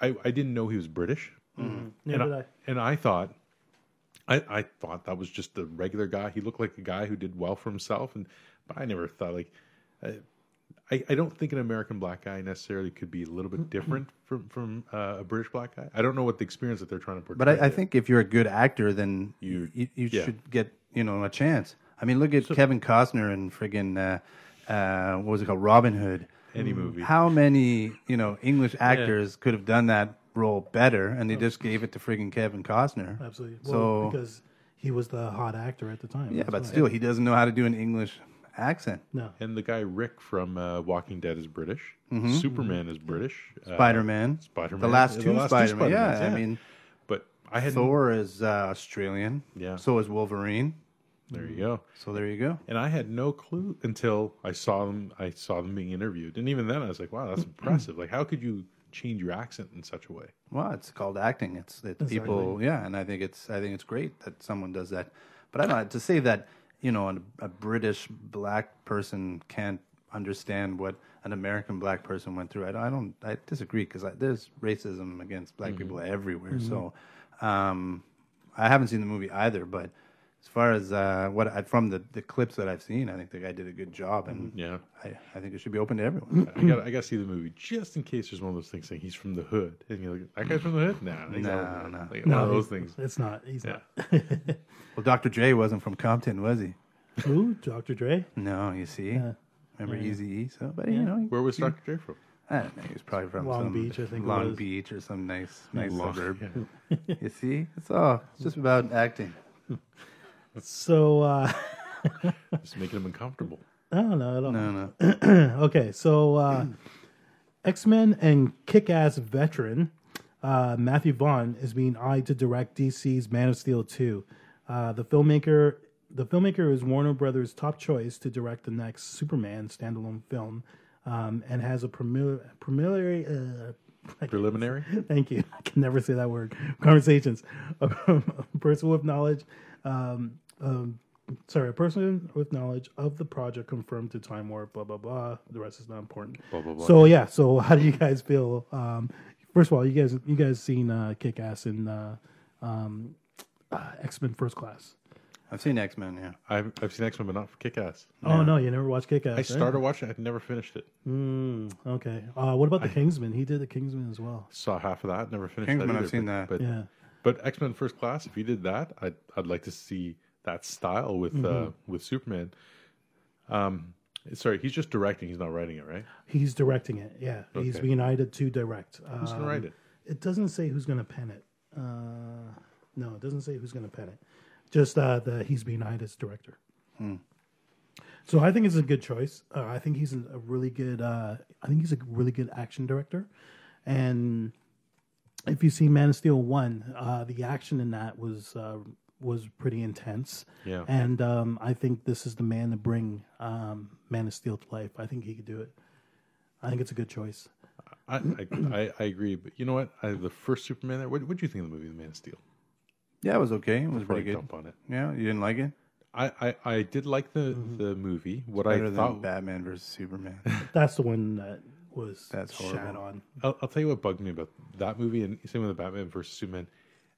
Speaker 1: I, I didn't know he was British.
Speaker 3: Neither
Speaker 1: and,
Speaker 3: did
Speaker 1: I,
Speaker 3: I.
Speaker 1: and I thought, I, I thought that was just the regular guy. He looked like a guy who did well for himself, and but I never thought like, uh, I, I, I don't think an American black guy necessarily could be a little bit different from from uh, a British black guy. I don't know what the experience that they're trying to portray.
Speaker 2: But I, I
Speaker 1: there.
Speaker 2: think if you're a good actor, then you
Speaker 1: You-
Speaker 2: you,
Speaker 1: yeah.
Speaker 2: should get you know a chance. I mean, look at Kevin Costner and friggin' uh, uh, what was it called, Robin Hood.
Speaker 1: any movie.
Speaker 2: How many you know English actors could have done that role better, and they just gave it to friggin' Kevin Costner?
Speaker 3: Oh. Absolutely. Well,
Speaker 2: So
Speaker 3: because he was the hot actor at the time.
Speaker 2: yeah,
Speaker 3: that's
Speaker 2: but
Speaker 3: why.
Speaker 2: still, he doesn't know how to do an English accent.
Speaker 3: no.
Speaker 1: and the guy Rick from uh, Walking Dead is British.
Speaker 2: Mm-hmm.
Speaker 1: Superman is British. Uh,
Speaker 2: Spider Man,
Speaker 1: Spider-Man.
Speaker 2: the last
Speaker 1: The
Speaker 2: two
Speaker 1: last two
Speaker 2: Spider Man.
Speaker 1: Spider-Mans,
Speaker 2: Yeah,
Speaker 1: yeah.
Speaker 2: I mean.
Speaker 1: But I had
Speaker 2: Thor is uh, Australian.
Speaker 1: Yeah.
Speaker 2: So is Wolverine.
Speaker 1: There you go.
Speaker 2: So there you go.
Speaker 1: and I had no clue until I saw them. I saw them being interviewed, and even then, I was like, "Wow, that's impressive! Like, how could you change your accent in such a way?"
Speaker 2: Well, it's called acting. It's it's people. Yeah, and I think it's I think it's great that someone does that. But I don't know, to say that you know an, a British black person can't understand what an American black person went through. I don't. I, don't, I disagree because there's racism against black people everywhere. So um, I haven't seen the movie either, but. As far as uh, what I, from the, the clips that I've seen, I think the guy did a good job, and
Speaker 1: Yeah,
Speaker 2: I, I think it should be open to everyone.
Speaker 1: I got I got to see the movie just in case there's one of those things saying he's from the hood, and you're like, "That guy's from the hood?" Nah, he's
Speaker 2: No,
Speaker 1: all-
Speaker 2: no.
Speaker 1: like, one of those things.
Speaker 3: It's not. He's
Speaker 1: Yeah.
Speaker 2: Well, Dr. J wasn't from Compton, was he?
Speaker 3: not. Who? Dr. Dre?
Speaker 2: No, you see. Remember Easy E? So, but you know, he-
Speaker 1: Where was Dr. J from?
Speaker 2: I don't know, he was probably from
Speaker 3: Long
Speaker 2: some
Speaker 3: Beach, I think it
Speaker 2: Long
Speaker 3: was.
Speaker 2: Beach or some nice, nice
Speaker 1: Long-
Speaker 2: suburb. you see, it's all it's just about acting.
Speaker 3: So, uh,
Speaker 1: Just making him uncomfortable.
Speaker 3: I don't know. I don't
Speaker 2: No,
Speaker 3: know.
Speaker 2: no,
Speaker 3: Okay, so uh, X Men and Kick Ass veteran uh, Matthew Vaughn is being eyed to direct DC's Man of Steel 2. Uh, the filmmaker the filmmaker is Warner Brothers' top choice to direct the next Superman standalone film, um, and has a preliminary preliminary. Uh, I can't-
Speaker 1: Preliminary?
Speaker 3: Thank you. I can never say that word. Conversations. A person with knowledge. Um, um, sorry, a person with knowledge of the project confirmed to Time Warp. Blah blah blah. The rest is not important.
Speaker 1: Blah, blah, blah.
Speaker 3: So yeah. So how do you guys feel? Um, first of all, you guys you guys seen uh, Kick Ass and uh, um, uh, X Men First Class?
Speaker 2: I've seen X Men. Yeah,
Speaker 1: I've, I've seen X Men, but not for Kick Ass.
Speaker 3: Oh no, you never watched Kick Ass.
Speaker 1: I started watching it, I never finished it.
Speaker 3: Okay. Uh, what about the Kingsman? He did the Kingsman as well.
Speaker 1: Saw half of that, never finished
Speaker 2: Kingsman,
Speaker 1: that.
Speaker 2: I've
Speaker 1: either,
Speaker 2: seen
Speaker 1: but-
Speaker 2: that.
Speaker 1: But,
Speaker 3: Yeah.
Speaker 1: but X Men First Class, if you did that, I'd, I'd like to see that style with uh, with Superman. Um, sorry, he's just directing, he's not writing it, right?
Speaker 3: He's directing it. Yeah. He's
Speaker 1: Okay.
Speaker 3: being invited to direct. Um,
Speaker 1: Who's going to write it?
Speaker 3: It doesn't say who's going to pen it. Uh, no, it doesn't say who's going to pen it. Just uh, that he's being hired as director. So I think it's a good choice. Uh, I think he's a really good. Uh, I think he's a really good action director, and if you see Man of Steel one, uh, the action in that was uh, was pretty intense.
Speaker 1: Yeah.
Speaker 3: and um, I think this is the man to bring um, Man of Steel to life. I think he could do it. I think it's a good choice.
Speaker 1: I, I, I, I agree, but you know what? I, the first Superman, what what do you think of the movie The Man of Steel?
Speaker 2: yeah, it was okay. It was
Speaker 1: Before I
Speaker 2: pretty good.
Speaker 1: dump on it,
Speaker 2: Yeah, you didn't like it?
Speaker 1: I, I, I did like the, the movie. What I
Speaker 2: Mm-hmm. Better than
Speaker 1: thought,
Speaker 2: Batman versus Superman.
Speaker 3: That's the one that was
Speaker 2: That's
Speaker 3: shat
Speaker 2: horrible.
Speaker 3: on.
Speaker 1: I'll, I'll tell you what bugged me about that movie and same with the Batman versus Superman.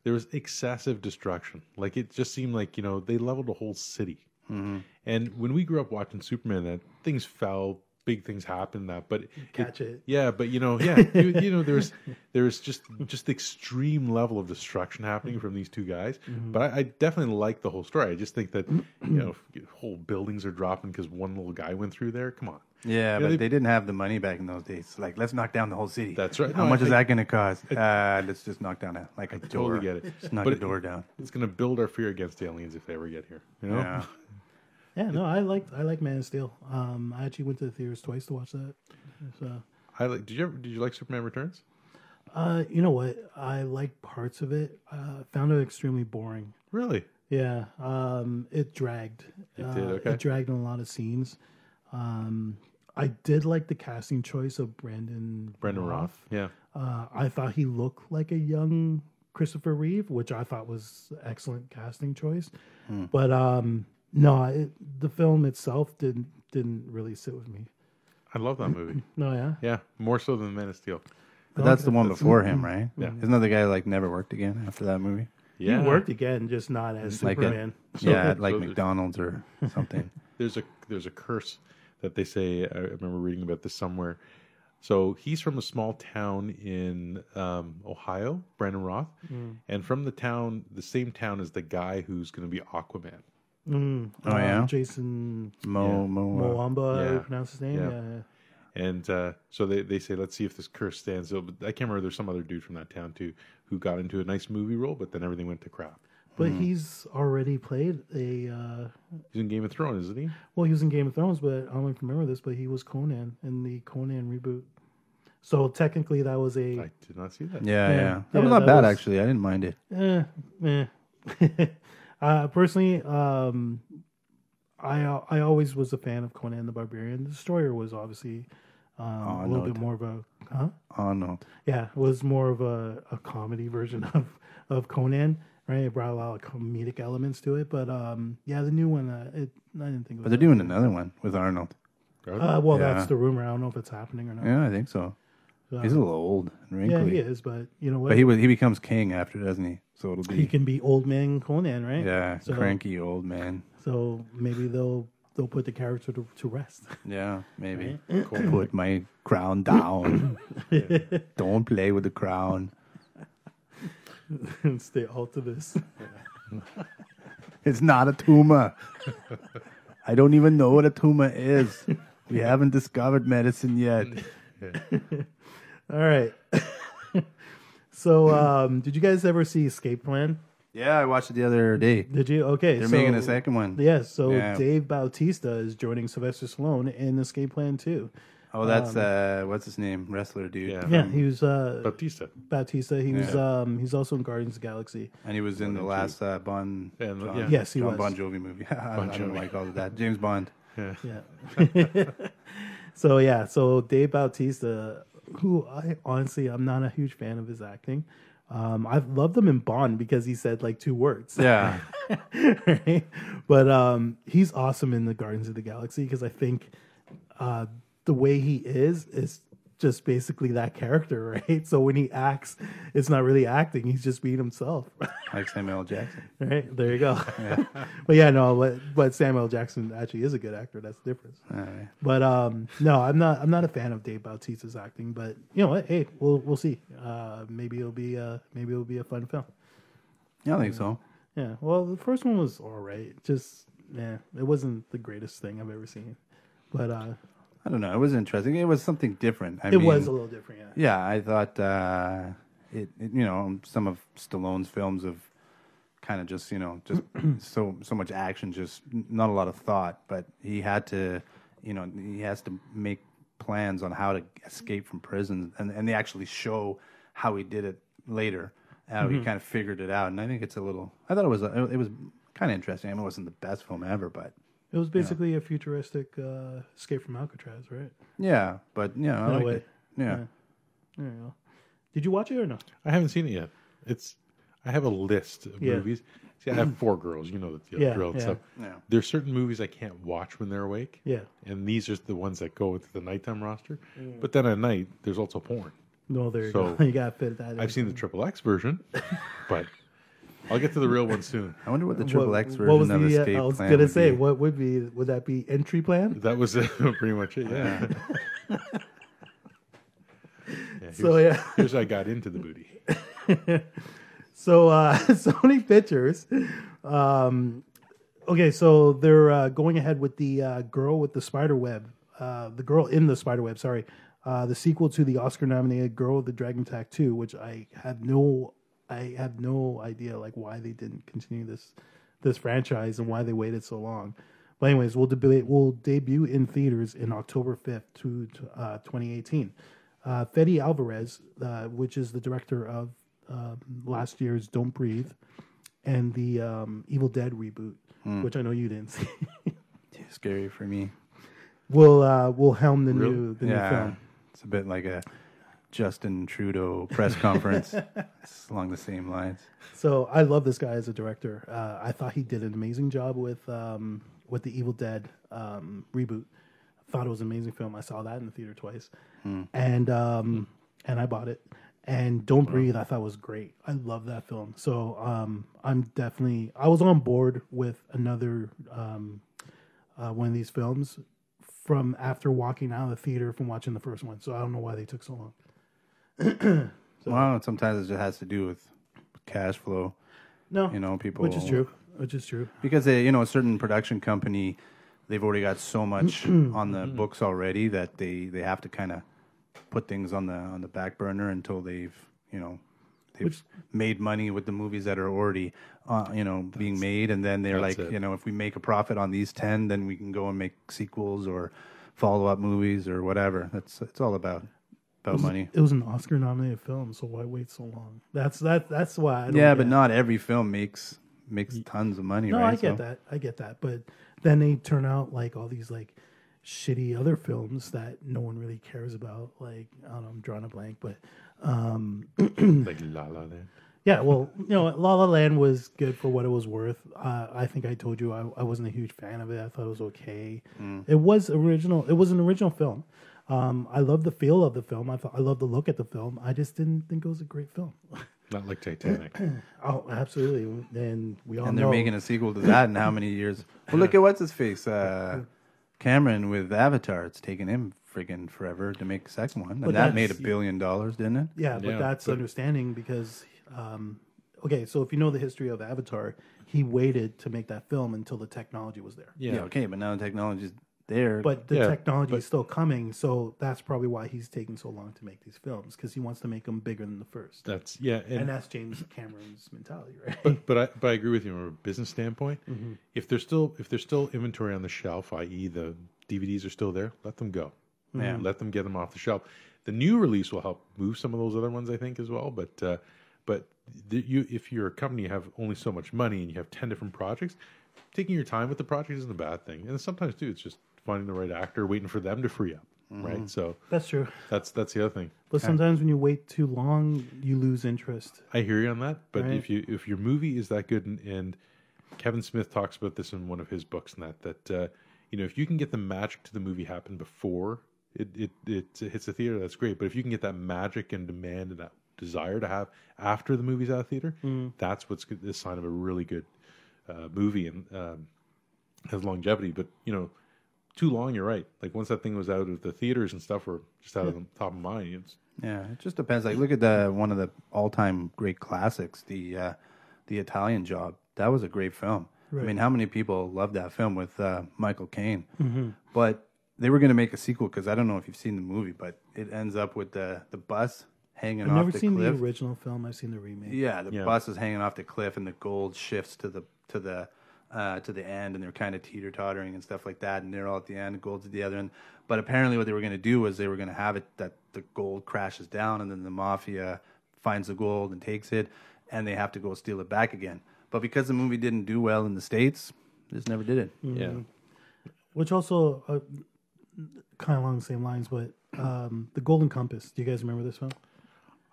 Speaker 1: There was excessive destruction. Like it just seemed like you know they leveled a whole city.
Speaker 3: Mm-hmm.
Speaker 1: And when we grew up watching Superman, that things fell, big things happened. That, but
Speaker 3: Catch it.
Speaker 1: Yeah, but you know, yeah, you, you know, there was there was just just the extreme level of destruction happening from these two guys.
Speaker 3: Mm-hmm.
Speaker 1: But I, I definitely like the whole story. I just think that you know, whole buildings are dropping because one little guy went through there. Come on,
Speaker 2: Yeah,
Speaker 1: they-
Speaker 2: but they didn't have the money back in those days. Like, let's knock down the whole city.
Speaker 1: That's right.
Speaker 2: How
Speaker 1: No, I
Speaker 2: much is
Speaker 1: think-
Speaker 2: that going to cost? uh, let's just knock down a like a door.
Speaker 1: totally get it.
Speaker 2: Just knock
Speaker 1: But
Speaker 2: the
Speaker 1: it-
Speaker 2: door down.
Speaker 1: it's going to build our fear against aliens if they ever get here. You know?
Speaker 2: Yeah.
Speaker 3: Yeah, no, I liked I like Man of Steel. Um, I actually went to the theaters twice to watch that. So,
Speaker 1: I like. Did you ever, did you like Superman Returns?
Speaker 3: uh, you know what? I like parts of it. Uh, found it extremely boring.
Speaker 1: Really?
Speaker 3: Yeah, um, it dragged. It
Speaker 1: did, okay.
Speaker 3: It dragged in a lot of scenes. Um, I did like the casting choice of Brandon.
Speaker 1: Brendan Roth. Yeah.
Speaker 3: Uh, I thought he looked like a young Christopher Reeve, which I thought was excellent casting choice.
Speaker 2: Hmm.
Speaker 3: But um, no, it, the film itself didn't didn't really sit with me.
Speaker 1: I love that movie.
Speaker 3: No, yeah.
Speaker 1: yeah, more so than Man of Steel.
Speaker 2: But that's the one before him, right? Yeah. Isn't that the guy like never worked again after that movie?
Speaker 1: Yeah.
Speaker 3: He worked again, just not as
Speaker 2: Like a-
Speaker 3: Superman.
Speaker 2: yeah,
Speaker 1: so
Speaker 2: at, like
Speaker 1: there's-
Speaker 2: McDonald's or something.
Speaker 1: There's a there's a curse that they say. I remember reading about this somewhere. So he's from a small town in um, Ohio, Brandon Roth, and from the town, the same town as the guy who's going to be Aquaman.
Speaker 2: oh yeah,
Speaker 3: Uh, Jason
Speaker 2: Mo Mo. uh,
Speaker 3: Moamba, how do you
Speaker 1: Yeah.
Speaker 3: pronounce his name?
Speaker 1: Yeah.
Speaker 3: Yeah. yeah.
Speaker 1: And uh, so they, they say, let's see if this curse stands. So, but I can't remember. There's some other dude from that town too who got into a nice movie role, but then everything went to crap.
Speaker 3: But
Speaker 2: Hmm.
Speaker 3: he's already played a. Uh,
Speaker 1: He's in Game of Thrones, isn't he?
Speaker 3: well, he was in Game of Thrones, but I don't know if you remember this, but he was Conan in the Conan reboot. So technically, that was a.
Speaker 1: I did not see that.
Speaker 2: Yeah, yeah, That
Speaker 3: yeah,
Speaker 2: was not
Speaker 3: that
Speaker 2: bad
Speaker 3: was-
Speaker 2: actually. I didn't mind it.
Speaker 3: eh, eh. uh, personally, um, I I always was a fan of Conan the Barbarian. The Destroyer was obviously um, a little
Speaker 2: no,
Speaker 3: bit
Speaker 2: Oh, it-
Speaker 3: more of a huh?
Speaker 2: Oh no,
Speaker 3: yeah, it was more of a, a comedy version of, of Conan, right? It brought a lot of comedic elements to it, but um, yeah, the new one, uh, it, I didn't think. It was
Speaker 2: but they're doing another one with Arnold.
Speaker 3: Uh, well,
Speaker 2: Yeah.
Speaker 3: that's the rumor. I don't know if it's happening or not.
Speaker 2: Yeah, I think so. He's a little old and
Speaker 3: Uh, Yeah,
Speaker 2: wrinkly,
Speaker 3: he is, but you know what?
Speaker 2: but he
Speaker 3: he,
Speaker 2: was he becomes king after, doesn't he? So it'll be
Speaker 3: can be old man Conan, right?
Speaker 2: yeah,
Speaker 3: So-
Speaker 2: cranky old man.
Speaker 3: So maybe they'll they'll put the character to, to rest.
Speaker 2: Yeah, maybe. Put my crown down. Don't play with the crown.
Speaker 3: and stay all to this.
Speaker 2: It's not a tumor. I don't even know what a tumor is. We haven't discovered medicine yet.
Speaker 3: All right. so, um, did you guys ever see Escape Plan?
Speaker 2: Yeah, I watched it the other day.
Speaker 3: Did you? Okay,
Speaker 2: They're
Speaker 3: so,
Speaker 2: making a second one.
Speaker 3: Yes, so
Speaker 2: Yeah.
Speaker 3: Dave Bautista is joining Sylvester Stallone in Escape Plan 2.
Speaker 2: Oh, that's uh, what's his name? Wrestler dude.
Speaker 1: Yeah.
Speaker 3: um, Yeah, he was uh,
Speaker 1: Batista.
Speaker 3: Batista. He was um, he's also in Guardians of the Galaxy.
Speaker 2: And he was in the last uh, Bond.
Speaker 1: And,
Speaker 2: John,
Speaker 1: yeah.
Speaker 3: Yes, he
Speaker 2: John
Speaker 3: was.
Speaker 2: Bon Jovi movie. I,
Speaker 1: Bon
Speaker 2: I don't
Speaker 1: Jovi.
Speaker 2: know why I called it that. James Bond.
Speaker 3: Yeah. so yeah, so Dave Bautista, who I honestly I'm not a huge fan of his acting. Um, I've loved him in Bond because he said like two words.
Speaker 2: Yeah.
Speaker 3: right? But um, he's awesome in the Guardians of the Galaxy because I think uh, the way he is is just basically that character, right? So when he acts, it's not really acting; he's just being himself.
Speaker 2: like Samuel L. Jackson.
Speaker 3: Right there, you go. but yeah, no, but but Samuel Jackson actually is a good actor. That's the difference. But um, no, I'm not. I'm not a fan of Dave Bautista's acting. But you know what? Hey, we'll we'll see. Uh, maybe it'll be uh, maybe it'll be a fun film.
Speaker 2: Yeah, I think so.
Speaker 3: Yeah. Well, the first one was all right. Just yeah, it wasn't the greatest thing I've ever seen. But uh,
Speaker 2: I don't know. It was interesting. It was something different. I
Speaker 3: it
Speaker 2: mean,
Speaker 3: was a little different. Yeah.
Speaker 2: Yeah, I thought uh, it, it. You know, um, some of Stallone's films have kind of just you know just so so much action, just n- not a lot of thought. But he had to, you know, he has to make plans on how to escape from prison, and and they actually show how he did it later, how
Speaker 3: Mm-hmm.
Speaker 2: he kind of figured it out. And I think it's a little. I thought it was a, it was kind of interesting. I mean, it wasn't the best film ever, but.
Speaker 3: It was basically a futuristic uh, escape from Alcatraz, right?
Speaker 2: Yeah, but yeah, I
Speaker 3: No
Speaker 2: liked
Speaker 3: way.
Speaker 2: it. Yeah.
Speaker 3: There you go. Did you watch it or no?
Speaker 1: I haven't seen it yet. It's I have a list of
Speaker 3: Yeah.
Speaker 1: movies. See, I have four girls. You know the
Speaker 3: Yeah,
Speaker 1: drill and
Speaker 3: yeah.
Speaker 1: stuff.
Speaker 2: Yeah.
Speaker 1: There's certain movies I can't watch when they're awake.
Speaker 3: Yeah.
Speaker 1: And these are the ones that go into the nighttime roster.
Speaker 2: Mm.
Speaker 1: But then at night, there's also porn.
Speaker 3: No, there you
Speaker 1: So-
Speaker 3: go. you gotta fit that. in.
Speaker 1: I've seen the triple X version, but I'll get to the real one soon.
Speaker 2: I wonder what the triple X version
Speaker 3: was
Speaker 2: of
Speaker 3: the, uh,
Speaker 2: Escape
Speaker 3: I was
Speaker 2: Plan
Speaker 3: gonna
Speaker 2: would
Speaker 3: say,
Speaker 2: be.
Speaker 3: what would be? Would that be entry plan?
Speaker 1: That was uh, pretty much it. Yeah. Yeah,
Speaker 3: So
Speaker 1: here's-
Speaker 3: yeah.
Speaker 1: here's how I got into the booty.
Speaker 3: So uh, Sony Pictures. Um, okay, so they're uh, going ahead with the uh, girl with the spider web, uh, the girl in the spider web. Sorry, uh, the sequel to the Oscar-nominated Girl with the Dragon Tattoo, which I have no, I have no idea like why they didn't continue this this franchise and why they waited so long. But anyways, we'll debate. We'll debut in theaters in October fifth to uh, twenty eighteen. Uh, Fede Alvarez, uh, which is the director of um, last year's Don't Breathe and the um, Evil Dead reboot, which I know you didn't see,
Speaker 2: Scary for me.
Speaker 3: will uh, will helm the new the new
Speaker 2: Yeah,
Speaker 3: film.
Speaker 2: it's a bit like a Justin Trudeau press conference. it's along the same lines.
Speaker 3: So I love this guy as a director. Uh, I thought he did an amazing job with um, with the Evil Dead um, reboot. Thought it was an amazing film. I saw that in the theater twice,
Speaker 2: Hmm.
Speaker 3: and um, and I bought it. And Don't Breathe, I thought was great. I love that film. So um, I'm definitely I was on board with another um, uh, one of these films from after walking out of the theater from watching the first one. So I don't know why they took so long.
Speaker 2: Well, sometimes it just has to do with cash flow,
Speaker 3: No,
Speaker 2: You know, people-
Speaker 3: which is true, which is true.
Speaker 2: because they, you know a certain production company, they've already got so much on the books already that they they have to kind of put things on the on the back burner until they've you know they've made money with the movies that are already uh, you know being made and then they're
Speaker 1: that's
Speaker 2: like
Speaker 1: it.
Speaker 2: you know if we make a profit on these 10 then we can go and make sequels or follow-up movies or whatever that's it's all about about money
Speaker 3: It was an Oscar nominated film, so why wait so long? That's that that's why I don't
Speaker 2: yeah
Speaker 3: get
Speaker 2: but
Speaker 3: it.
Speaker 2: not every film makes makes tons of money
Speaker 3: Oh, No,
Speaker 2: right
Speaker 3: I get
Speaker 2: So-
Speaker 3: that. I get that. But then they turn out like all these like shitty other films that no one really cares about. Like I don't know, I'm drawing a blank, but
Speaker 1: Like La La Land.
Speaker 3: yeah, well, you know, La La Land was good for what it was worth. Uh, I think I told you I, I wasn't a huge fan of it. I thought it was okay.
Speaker 2: Mm.
Speaker 3: It was original. It was an original film. Um, I love the feel of the film. I thought I love the look at the film. I just didn't think it was a great film.
Speaker 1: Not like Titanic.
Speaker 3: Oh, absolutely. And we all
Speaker 2: and
Speaker 3: know
Speaker 2: they're making a sequel to that in how many years well look at what's his face uh cameron with avatar it's taken him friggin' forever to make a second one and that made a
Speaker 3: that's-
Speaker 2: billion dollars didn't it
Speaker 3: Yeah, but
Speaker 1: Yeah,
Speaker 3: that's
Speaker 1: but-
Speaker 3: understanding because, um, okay, so if you know the history of Avatar, he waited to make that film until the technology was there.
Speaker 1: Yeah.
Speaker 2: yeah, okay but now the technology's there
Speaker 3: But the
Speaker 1: Yeah,
Speaker 3: technology
Speaker 1: but-
Speaker 3: is still coming, so that's probably why he's taking so long to make these films because he wants to make them bigger than the first.
Speaker 1: That's yeah. And,
Speaker 3: and that's James Cameron's mentality, right?
Speaker 1: but but I but I agree with you from a business standpoint. If there's still if there's still inventory on the shelf, i.e., the DVDs are still there, let them go.
Speaker 2: Yeah.
Speaker 1: Let them get them off the shelf. The new release will help move some of those other ones, I think, as well. But uh, but the, you, if you're a company, you have only so much money, and you have ten different projects. Taking your time with the project isn't a bad thing, and sometimes too, it's just finding the right actor, waiting for them to free up, right? So
Speaker 3: That's true.
Speaker 1: that's that's the other thing.
Speaker 3: But sometimes when you wait too long, you lose interest.
Speaker 1: I hear you on that, but
Speaker 3: Right.
Speaker 1: if you if your movie is that good, and, and Kevin Smith talks about this in one of his books, and that that uh, you know if you can get the magic to the movie happen before it it, it hits the theater, that's great. But if you can get that magic and demand and that desire to have after the movie's out of theater, that's what's good, the sign of a really good uh, movie and um, has longevity. But you know. Too long, you're right. Like once that thing was out of the theaters and stuff, were just out of the top of mind. It's,
Speaker 2: Yeah, it just depends. Like, look at the one of the all-time great classics, the uh, the Italian Job. That was a great film. I mean, how many people love that film with uh, Michael Caine? But they were going to make a sequel because I don't know if you've seen the movie, but it ends up with the the bus hanging
Speaker 3: I've
Speaker 2: off
Speaker 3: never
Speaker 2: the
Speaker 3: seen
Speaker 2: cliff.
Speaker 3: the original film. I've seen the remake.
Speaker 2: Yeah, the
Speaker 1: Yeah.
Speaker 2: bus is hanging off the cliff, and the gold shifts to the to the uh, to the end, and they're kind of teeter tottering and stuff like that. And they're all at the end, gold's at the other end. But apparently, what they were going to do was they were going to have it that the gold crashes down, and then the mafia finds the gold and takes it, and they have to go steal it back again. But because the movie didn't do well in the states, they just never did it.
Speaker 1: yeah,
Speaker 3: Which also, uh, kind of along the same lines, but um, the Golden Compass. Do you guys remember this film?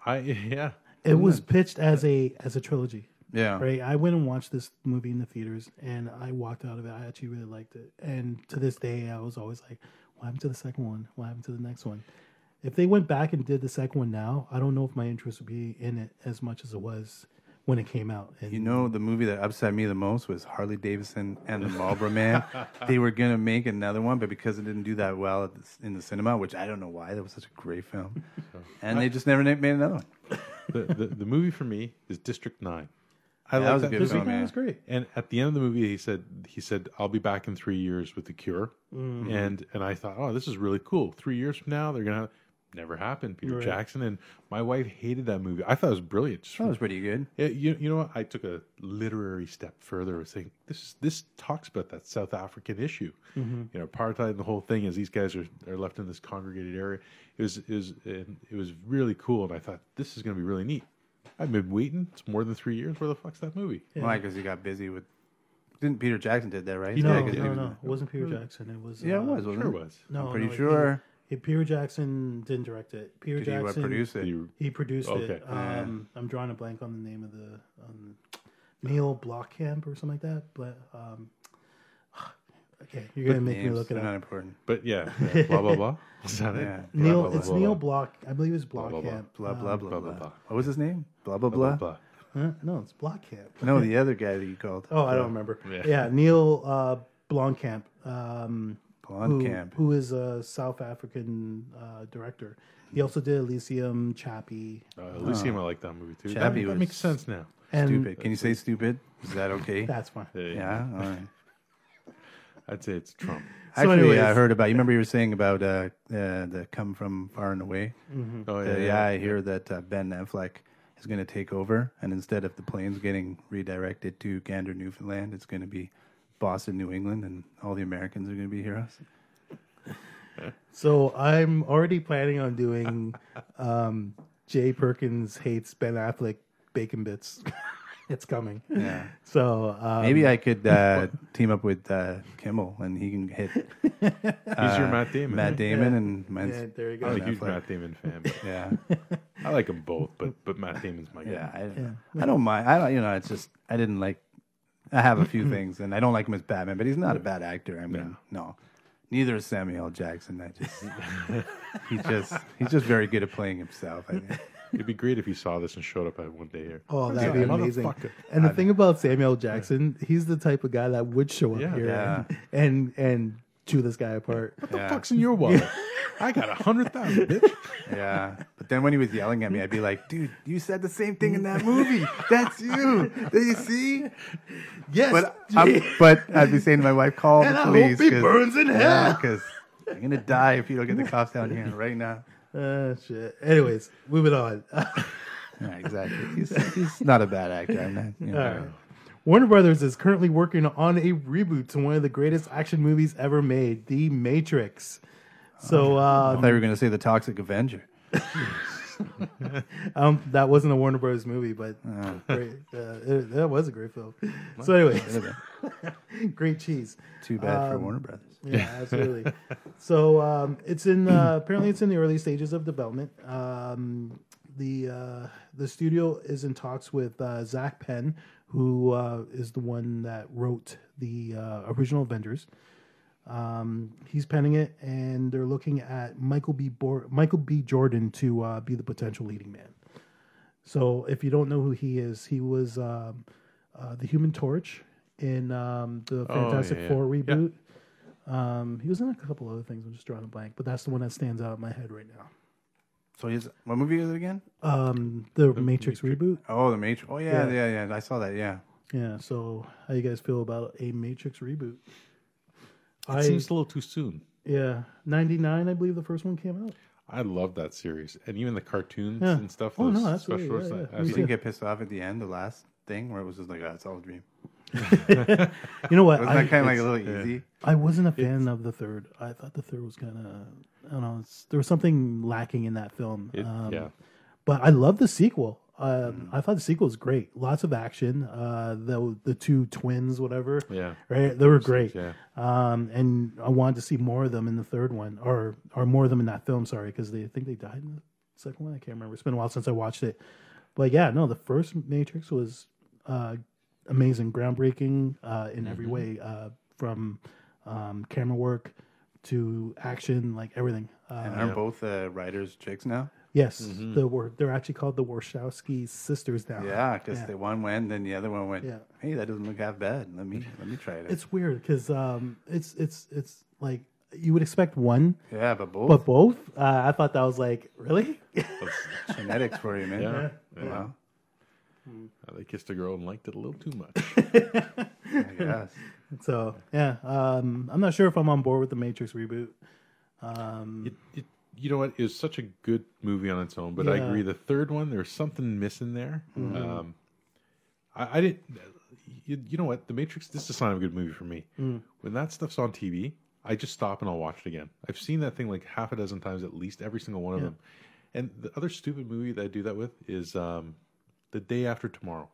Speaker 1: I yeah.
Speaker 3: It was pitched as a as a trilogy.
Speaker 2: Yeah,
Speaker 3: Right. I went and watched this movie in the theaters, and I walked out of it. I actually really liked it, and to this day, I was always like, "What happened to the second one? What happened to the next one?" If they went back and did the second one now, I don't know if my interest would be in it as much as it was when it came out. And
Speaker 2: You know, the movie that upset me the most was Harley Davidson and the Marlboro Man. they were going to make another one, but because it didn't do that well at the, c- in the cinema, which I don't know why, that was such a great film. and they just never na- made another one.
Speaker 1: the, the, the movie for me is District Nine. I
Speaker 2: Yeah, that
Speaker 1: like
Speaker 2: was a good
Speaker 1: District
Speaker 2: film,
Speaker 1: Nine
Speaker 2: yeah.
Speaker 1: was great. And at the end of the movie, he said he said I'll be back in three years with the cure. And and I thought, oh, this is really cool. Three years from now, they're gonna never happen. Peter Jackson and my wife hated that movie. I thought it was brilliant. Just
Speaker 2: That was pretty good.
Speaker 1: yeah, you, you know what? I took a literary step further, was saying this this talks about that South African issue,
Speaker 2: Mm-hmm.
Speaker 1: you know, apartheid and the whole thing. As these guys are, are left in this congregated area, it was it was and it was really cool, and I thought this is going to be really neat. I've been waiting; it's more than three years. Where the fuck's that movie?
Speaker 2: Why? Because he got busy with. Didn't Peter Jackson did that, right?
Speaker 1: He
Speaker 3: no,
Speaker 1: Yeah,
Speaker 2: because
Speaker 1: did.
Speaker 3: no,
Speaker 2: was-
Speaker 3: no, it wasn't Peter Jackson. It was
Speaker 2: Mm-hmm. Yeah, it
Speaker 3: uh,
Speaker 2: was, wasn't
Speaker 1: Sure
Speaker 2: it?
Speaker 1: was.
Speaker 3: No,
Speaker 2: I'm pretty
Speaker 3: no, it-
Speaker 2: sure.
Speaker 3: Yeah, Peter Jackson didn't direct it. Peter
Speaker 2: Did he uh,
Speaker 3: Jackson
Speaker 2: produce it? Uh.
Speaker 1: You-
Speaker 3: He produced
Speaker 1: Okay.
Speaker 3: it. Um, I'm drawing a blank on the name of the um, Neil Blockamp or something like that. But um, okay, you're gonna make me
Speaker 2: Names,
Speaker 3: look it
Speaker 2: they're not
Speaker 3: up.
Speaker 2: important.
Speaker 1: But yeah, yeah, blah blah blah. Is that it?
Speaker 2: Yeah.
Speaker 3: Neil,
Speaker 2: blah, blah,
Speaker 3: it's
Speaker 1: blah,
Speaker 3: Neil
Speaker 1: blah.
Speaker 3: Block. I believe it's
Speaker 1: blah, blah.
Speaker 3: Blockamp.
Speaker 2: Blah, blah, blah,
Speaker 1: blah,
Speaker 2: blah,
Speaker 1: blah, blah.
Speaker 2: What was his name? Blah, blah,
Speaker 1: Blah
Speaker 2: blah.
Speaker 1: blah.
Speaker 3: Huh? No, it's Blockamp.
Speaker 2: No, the other guy that you called.
Speaker 3: Oh, I don't remember.
Speaker 1: Yeah.
Speaker 3: Yeah, Neil uh, Blomkamp, um,
Speaker 2: Blond
Speaker 3: who-
Speaker 2: Camp.
Speaker 3: who is a South African uh, director. He also did Elysium, Chappie,
Speaker 1: Uh, Elysium, I like that movie too. That,
Speaker 2: Chappie
Speaker 1: that
Speaker 2: was-
Speaker 1: makes sense now.
Speaker 3: and
Speaker 2: Stupid. Can you say stupid? Is that okay?
Speaker 3: That's fine.
Speaker 2: yeah. All right.
Speaker 1: I'd say it's Trump.
Speaker 3: So
Speaker 2: Actually, I
Speaker 3: anyways-
Speaker 2: heard about. You remember you were saying about uh, uh, the come from far and away.
Speaker 3: Mm-hmm.
Speaker 1: Oh
Speaker 2: Uh, yeah, I hear that uh, Ben Affleck is going to take over, and instead of the planes getting redirected to Gander, Newfoundland, it's going to be Boston, New England, and all the Americans are going to be heroes.
Speaker 3: So I'm already planning on doing um, Jay Perkins hates Ben Affleck bacon bits. it's coming.
Speaker 2: Yeah.
Speaker 3: So um,
Speaker 2: Maybe I could uh, team up with uh, Kimmel, and he can hit
Speaker 1: He's your Matt Damon.
Speaker 2: uh, Matt Damon and mine's,
Speaker 3: yeah, there you
Speaker 1: I'm
Speaker 3: go.
Speaker 1: a huge
Speaker 2: Affleck.
Speaker 1: Matt Damon fan. But
Speaker 2: yeah,
Speaker 1: I like them both, but but Matt Damon's my guy.
Speaker 2: yeah. I, I don't mind. I don't. You know, it's just I didn't like. I have a few
Speaker 3: Mm-hmm.
Speaker 2: things, and I don't like him as Batman, but he's not a bad actor. I mean, no. Neither is Samuel L. Jackson. I just he's just he's just very good at playing himself. I think.
Speaker 1: It'd be great if he saw this and showed up at one day here.
Speaker 3: Oh, that'd be
Speaker 1: Yeah,
Speaker 3: amazing.
Speaker 1: motherfucker.
Speaker 3: And the thing about Samuel Jackson, he's the type of guy that would show up
Speaker 1: Yeah.
Speaker 3: here
Speaker 2: Yeah.
Speaker 3: and and chew this guy apart.
Speaker 1: What the fuck's in your wallet? I got a hundred thousand, bitch.
Speaker 2: Yeah. But then when he was yelling at me, I'd be like, dude, you said the same thing in that movie. That's you. Did you see?
Speaker 3: Yes,
Speaker 2: But I'm, but I'd be saying to my wife, call
Speaker 3: I
Speaker 2: the
Speaker 3: hope
Speaker 2: police.
Speaker 3: he
Speaker 2: 'cause-
Speaker 3: burns in
Speaker 2: Yeah,
Speaker 3: hell.
Speaker 2: because I'm gonna die if you don't get the cops down here right now.
Speaker 3: Uh, shit. Anyways, moving on.
Speaker 2: Yeah, exactly. He's, he's not a bad actor. I'm not. You know,
Speaker 3: All right. Warner Brothers is currently working on a reboot to one of the greatest action movies ever made, The Matrix. So
Speaker 2: I
Speaker 3: uh,
Speaker 2: thought you were going to say the Toxic Avenger.
Speaker 3: um, that wasn't a Warner Brothers movie, but great, uh, it, that was a great film. So anyway, great cheese.
Speaker 2: Too bad
Speaker 3: Um,
Speaker 2: for Warner Brothers.
Speaker 3: Yeah, absolutely. so um, it's in uh, apparently it's in the early stages of development. Um, the uh, the studio is in talks with uh, Zach Penn, who uh, is the one that wrote the uh, original Avengers. Um, he's penning it, and they're looking at Michael B. Bor- Michael B. Jordan to uh, be the potential leading man. So if you don't know who he is, he was um, uh, the Human Torch in um, the Fantastic
Speaker 1: yeah, yeah.
Speaker 3: Four
Speaker 1: Yeah.
Speaker 3: reboot. Um, he was in a couple other things. I'm just drawing a blank, but that's the one that stands out in my head right now.
Speaker 2: So he's, what movie is it again?
Speaker 3: Um, the, Matrix, reboot.
Speaker 2: Oh, the Matrix. Oh yeah,
Speaker 3: Yeah.
Speaker 2: yeah, yeah. I saw that. Yeah.
Speaker 3: Yeah. So how you guys feel about a Matrix reboot?
Speaker 1: It seems a little too soon.
Speaker 3: Yeah, 99, I believe the first one came out.
Speaker 1: I love that series, and even the cartoons
Speaker 3: Yeah.
Speaker 1: and stuff.
Speaker 3: Oh,
Speaker 1: those
Speaker 3: no, absolutely,
Speaker 1: special
Speaker 3: yeah,
Speaker 1: effects,
Speaker 3: yeah.
Speaker 1: I've
Speaker 2: You
Speaker 1: seen-
Speaker 2: didn't get pissed off at the end, the last thing, where it was just like, oh, it's all a dream.
Speaker 3: You know what?
Speaker 2: Wasn't
Speaker 3: I,
Speaker 2: that kind of like a little easy?
Speaker 3: I wasn't a fan of the third. I thought the third was kind of, I don't know, it's, there was something lacking in that film.
Speaker 1: it-
Speaker 3: um,
Speaker 1: yeah, Mm.
Speaker 3: But I love the sequel. Um, I thought the sequel was great. Lots of action. Uh, the the two twins, whatever.
Speaker 1: Yeah.
Speaker 3: Right. They were great.
Speaker 1: yeah.
Speaker 3: Um, and I wanted to see more of them in the third one, or or more of them in that film. Sorry, because they I think they died in the second one. I can't remember. It's been a while since I watched it. But yeah, no, the first Matrix was uh, amazing, groundbreaking uh, in every way, uh, from um, camera work to action, like everything. Uh,
Speaker 2: And aren't both uh, writers chicks now?
Speaker 3: Yes, the were they're actually called the Warshawski sisters now.
Speaker 2: Yeah, because the one went, then the other one went.
Speaker 3: Uh-huh. Yeah.
Speaker 2: Hey, that doesn't look half bad. Let me let me try it.
Speaker 3: it's weird because um, it's it's it's like you would expect one,
Speaker 2: yeah, but both
Speaker 3: but both. Uh, I thought that was like really.
Speaker 2: genetics for you, man.
Speaker 1: yeah. yeah.
Speaker 2: Wow.
Speaker 1: They kissed a girl and liked it a little too much.
Speaker 2: I guess.
Speaker 3: so yeah, um, I'm not sure if I'm on board with the Matrix reboot.
Speaker 1: it, it, you know what? It's such a good movie on its own, but I
Speaker 3: Yeah. Mm-hmm.
Speaker 1: agree. The third one, there's something missing there. Um, I, I didn't. You, you know what? The Matrix. This is a sign of a good movie for me.
Speaker 3: Mm.
Speaker 1: When that stuff's on TV, I just stop and I'll watch it again. I've seen that thing like half a dozen times at least, every single one of them. And the other stupid movie that I do that with is um, the day after tomorrow.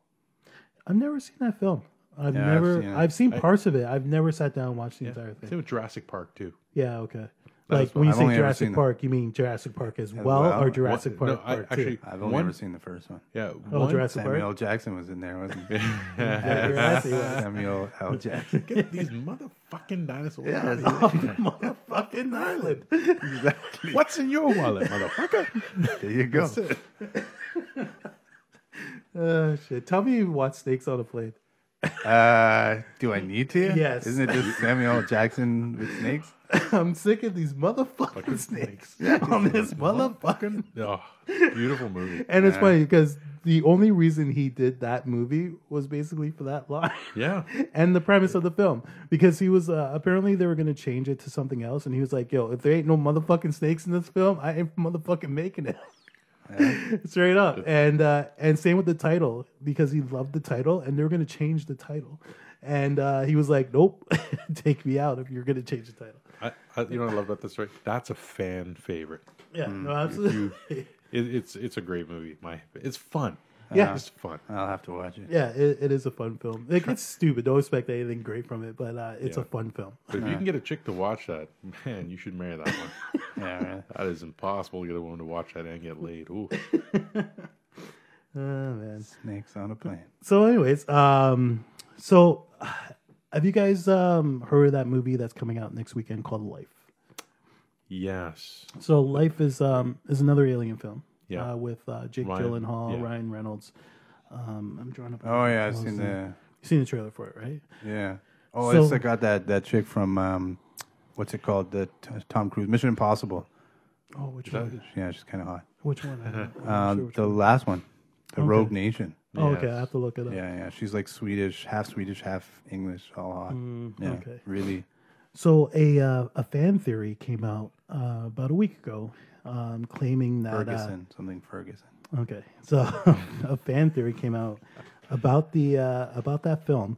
Speaker 3: I've never seen that film. I've
Speaker 2: Yeah, I've
Speaker 3: never. I've
Speaker 2: seen
Speaker 3: seen,
Speaker 2: it.
Speaker 3: parts of it. I've never sat down and watched the entire
Speaker 1: Same
Speaker 3: thing.
Speaker 1: with Jurassic Park too.
Speaker 3: Yeah. Okay.
Speaker 1: That
Speaker 3: Like
Speaker 1: was-
Speaker 3: when you
Speaker 2: I've
Speaker 3: say
Speaker 2: only ever seen
Speaker 3: Jurassic
Speaker 2: the-
Speaker 3: Park, you mean Jurassic Park as well,
Speaker 2: well.
Speaker 3: or Jurassic
Speaker 1: One-
Speaker 3: Park?
Speaker 1: no, I-
Speaker 3: Part
Speaker 1: actually-
Speaker 3: two?
Speaker 2: I've only
Speaker 1: One-
Speaker 2: ever seen the first one.
Speaker 1: Yeah.
Speaker 3: Oh,
Speaker 1: one-
Speaker 3: Jurassic
Speaker 2: Samuel L.
Speaker 3: Park.
Speaker 2: Jackson was in there, wasn't he?
Speaker 3: Yeah, Jurassic Park.
Speaker 2: Samuel L. Jackson.
Speaker 1: Get these motherfucking dinosaurs.
Speaker 2: Yeah, that's
Speaker 3: Oh, Motherfucking island.
Speaker 2: exactly.
Speaker 1: What's in your wallet, motherfucker?
Speaker 2: There you go.
Speaker 3: Uh, shit. Tell me you watch Snakes on a Plane.
Speaker 2: Uh, do I need to?
Speaker 3: Yes.
Speaker 2: Isn't it just Samuel L. Jackson with snakes?
Speaker 3: I'm sick of these motherfucking snakes on this motherfucking.
Speaker 1: Oh, beautiful movie.
Speaker 3: And it's funny because the only reason he did that movie was basically for that line.
Speaker 1: Yeah.
Speaker 3: And the premise of the film, because he was uh, apparently they were going to change it to something else, and he was like, "Yo, if there ain't no motherfucking snakes in this film, I ain't motherfucking making it." Straight up, and uh, and same with the title because he loved the title, and they were going to change the title, and uh, he was like, "Nope, take me out if you're going to change the title."
Speaker 1: I, I, you know, what I love about this story. That's a fan favorite.
Speaker 3: Yeah, no, absolutely.
Speaker 1: It, it's it's a great movie. My it's fun.
Speaker 3: Yeah.
Speaker 1: it's fun.
Speaker 2: I'll have to watch it.
Speaker 3: Yeah, it, it is a fun film. It gets stupid. Don't expect anything great from it, but uh, it's
Speaker 1: Yeah.
Speaker 3: a fun film.
Speaker 1: But if you can get a chick to watch that, man, you should marry that one.
Speaker 2: Yeah, right.
Speaker 1: that is impossible to get a woman to watch that and get laid. Ooh,
Speaker 3: Oh, man.
Speaker 2: Snakes on a plane.
Speaker 3: So, anyways, um, so have you guys um, heard of that movie that's coming out next weekend called Life?
Speaker 1: yes.
Speaker 3: So, Life is um, is another alien film.
Speaker 1: Yeah.
Speaker 3: uh, with uh, Jake
Speaker 1: Ryan-
Speaker 3: Gyllenhaal,
Speaker 1: yeah.
Speaker 3: Ryan Reynolds. Um, I'm drawing up.
Speaker 2: Oh yeah, I've seen the
Speaker 3: You've seen the trailer for it, right?
Speaker 2: yeah. Oh,
Speaker 3: So-
Speaker 2: it's I got that that chick from um, what's it called? The t- Tom Cruise Mission Impossible.
Speaker 3: Oh, which one?
Speaker 2: Yeah, she's kind of hot.
Speaker 3: Which one? I don't know.
Speaker 2: Uh, the last one, the Rogue Nation.
Speaker 3: oh, okay,
Speaker 1: Yes.
Speaker 3: I have to look it up.
Speaker 2: Yeah, yeah. She's like Swedish, half Swedish, half English, all hot. yeah,
Speaker 3: Mm, okay.
Speaker 2: really.
Speaker 3: So a uh, a fan theory came out uh, about a week ago, um, claiming that uh,
Speaker 2: Ferguson, something Ferguson.
Speaker 3: okay, so a fan theory came out about the uh, about that film,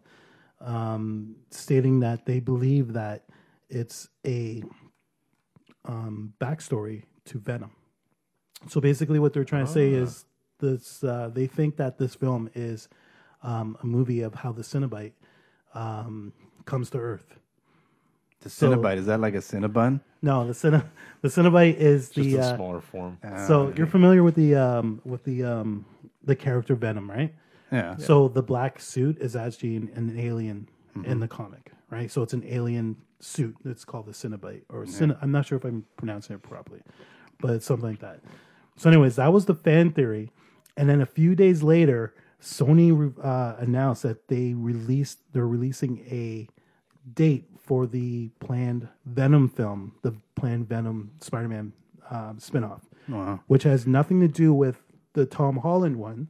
Speaker 3: um, stating that they believe that it's a um, backstory to Venom. So basically, what they're trying to say is this: uh, they think that this film is um, a movie of how the Cenobite um, comes to Earth.
Speaker 2: The Cinnabite, is that like a Cinnabon?
Speaker 3: No, the Cena, the Cenobite is
Speaker 4: Just
Speaker 3: the
Speaker 4: in
Speaker 3: uh,
Speaker 4: smaller form.
Speaker 3: so you're familiar with the um, with the um, the character Venom, right?
Speaker 2: Yeah.
Speaker 3: So the black suit is actually an, an alien in the comic, right? So it's an alien suit. It's called the Cinnabite or Cin- I'm not sure if I'm pronouncing it properly, but it's something like that. So, anyways, that was the fan theory, and then a few days later, Sony re- uh, announced that they released they're releasing a date for the planned Venom film, the planned Venom Spider-Man uh, spinoff, which has nothing to do with the Tom Holland one.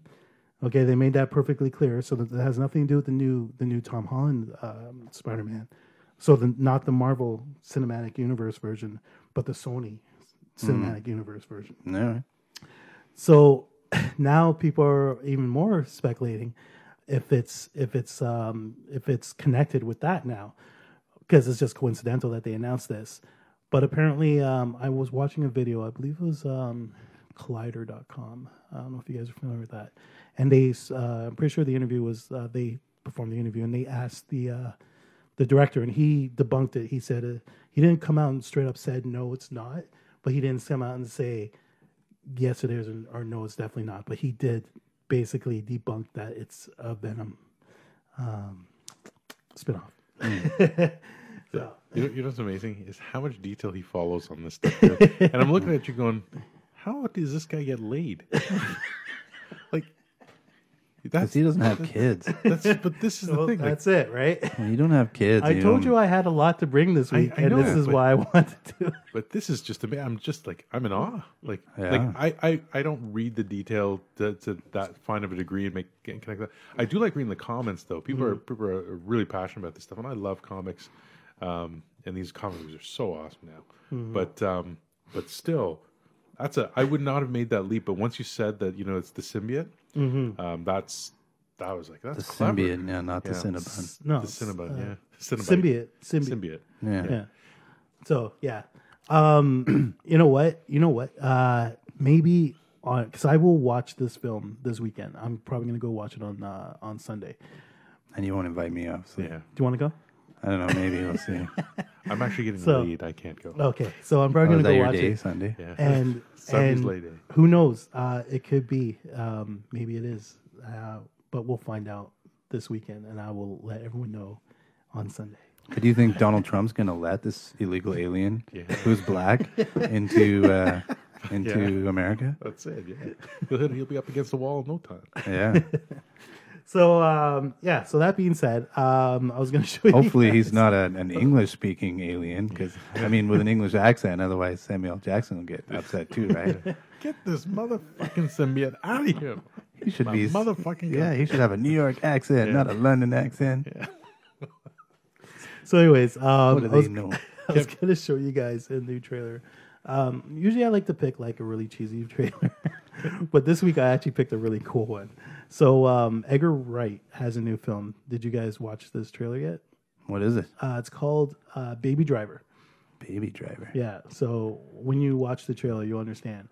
Speaker 3: Okay, they made that perfectly clear. So that that has nothing to do with the new the new Tom Holland um, Spider Man. So the not the Marvel Cinematic Universe version, but the Sony Cinematic Universe version.
Speaker 2: No.
Speaker 3: So now people are even more speculating if it's if it's um, if it's connected with that now, because it's just coincidental that they announced this. But apparently, um, I was watching a video. I believe it was um, Collider.com. I don't know if you guys are familiar with that. And they, uh, I'm pretty sure the interview was uh, they performed the interview and they asked the uh, the director, and he debunked it. He said uh, he didn't come out and straight up said no, it's not. But he didn't come out and say yes it is or no it's definitely not but he did basically debunk that it's a venom um spin-off
Speaker 1: You know, you know what's amazing is how much detail he follows on this stuff. Here. and I'm looking at you going, how does this guy get laid? like,
Speaker 2: Because
Speaker 1: that's,
Speaker 2: he doesn't have kids.
Speaker 1: that's but this is the
Speaker 3: well,
Speaker 1: thing. Like,
Speaker 3: that's it right
Speaker 2: When you don't have kids.
Speaker 3: i
Speaker 2: don't-
Speaker 3: told you i had a lot to bring this
Speaker 1: I-
Speaker 3: week
Speaker 1: I
Speaker 3: and
Speaker 1: know,
Speaker 3: this is
Speaker 1: but-
Speaker 3: why i wanted to
Speaker 1: but this is just amazing. I'm just like I'm in awe. Like,
Speaker 2: Yeah.
Speaker 1: like I, I I don't read the detail to, to that fine of a degree and make and connect that. I do like reading the comments though. People are
Speaker 2: Mm-hmm.
Speaker 1: people are really passionate about this stuff, and I love comics. Um, and these comic movies are so awesome now.
Speaker 2: Mm-hmm.
Speaker 1: But um, but still, that's a I would not have made that leap. But once you said that, you know, it's the symbiote. Um, that's that was like that's
Speaker 2: Mm-hmm. The
Speaker 1: clever.
Speaker 2: symbiote, yeah, not the
Speaker 1: Yeah.
Speaker 2: Cinnabon.
Speaker 3: no
Speaker 1: The Cinnabon, yeah, Cinnabite.
Speaker 3: symbiote symbiote
Speaker 1: symbiote.
Speaker 2: Yeah.
Speaker 3: yeah so yeah um you know what you know what uh maybe on because i will watch this film this weekend i'm probably gonna go watch it on uh on sunday
Speaker 2: And you won't invite me, obviously.
Speaker 1: Yeah,
Speaker 3: do you want to go
Speaker 2: I don't know. Maybe we'll see.
Speaker 1: I'm actually getting
Speaker 3: So-
Speaker 1: laid. I can't go.
Speaker 3: okay so i'm probably
Speaker 2: Oh, is that
Speaker 3: gonna go
Speaker 2: your
Speaker 3: watch
Speaker 2: day,
Speaker 3: it
Speaker 2: Sunday?
Speaker 1: Yeah.
Speaker 3: and
Speaker 1: Sunday's
Speaker 3: and
Speaker 1: late, eh?
Speaker 3: who knows? Uh, it could be. Um, maybe it is. Uh, but we'll find out this weekend, and I will let everyone know on Sunday.
Speaker 2: But do you think Donald Trump's going to let this illegal alien, who's black, into uh, into America?
Speaker 1: That's it. Yeah, he'll, he'll be up against the wall in no time.
Speaker 2: Yeah.
Speaker 3: So um, yeah. So that being said, um, I was going to show you.
Speaker 2: Hopefully, he's not an, an English-speaking alien, because I mean, with an English accent, otherwise Samuel Jackson will get upset too, right?
Speaker 1: Get this motherfucking symbiote out of here!
Speaker 2: He should
Speaker 1: My
Speaker 2: be
Speaker 1: motherfucking
Speaker 2: Yeah, he should have a New York accent, not a London accent.
Speaker 3: So, anyways, um,
Speaker 2: What do
Speaker 3: I was,
Speaker 2: they know?
Speaker 3: I was going to show you guys a new trailer. Um, usually, I like to pick like a really cheesy trailer, but this week I actually picked a really cool one. So, um, Edgar Wright has a new film. Did you guys watch this trailer yet?
Speaker 2: What is it?
Speaker 3: Uh, it's called uh, Baby Driver.
Speaker 2: Baby Driver.
Speaker 3: Yeah. So when you watch the trailer, you'll understand.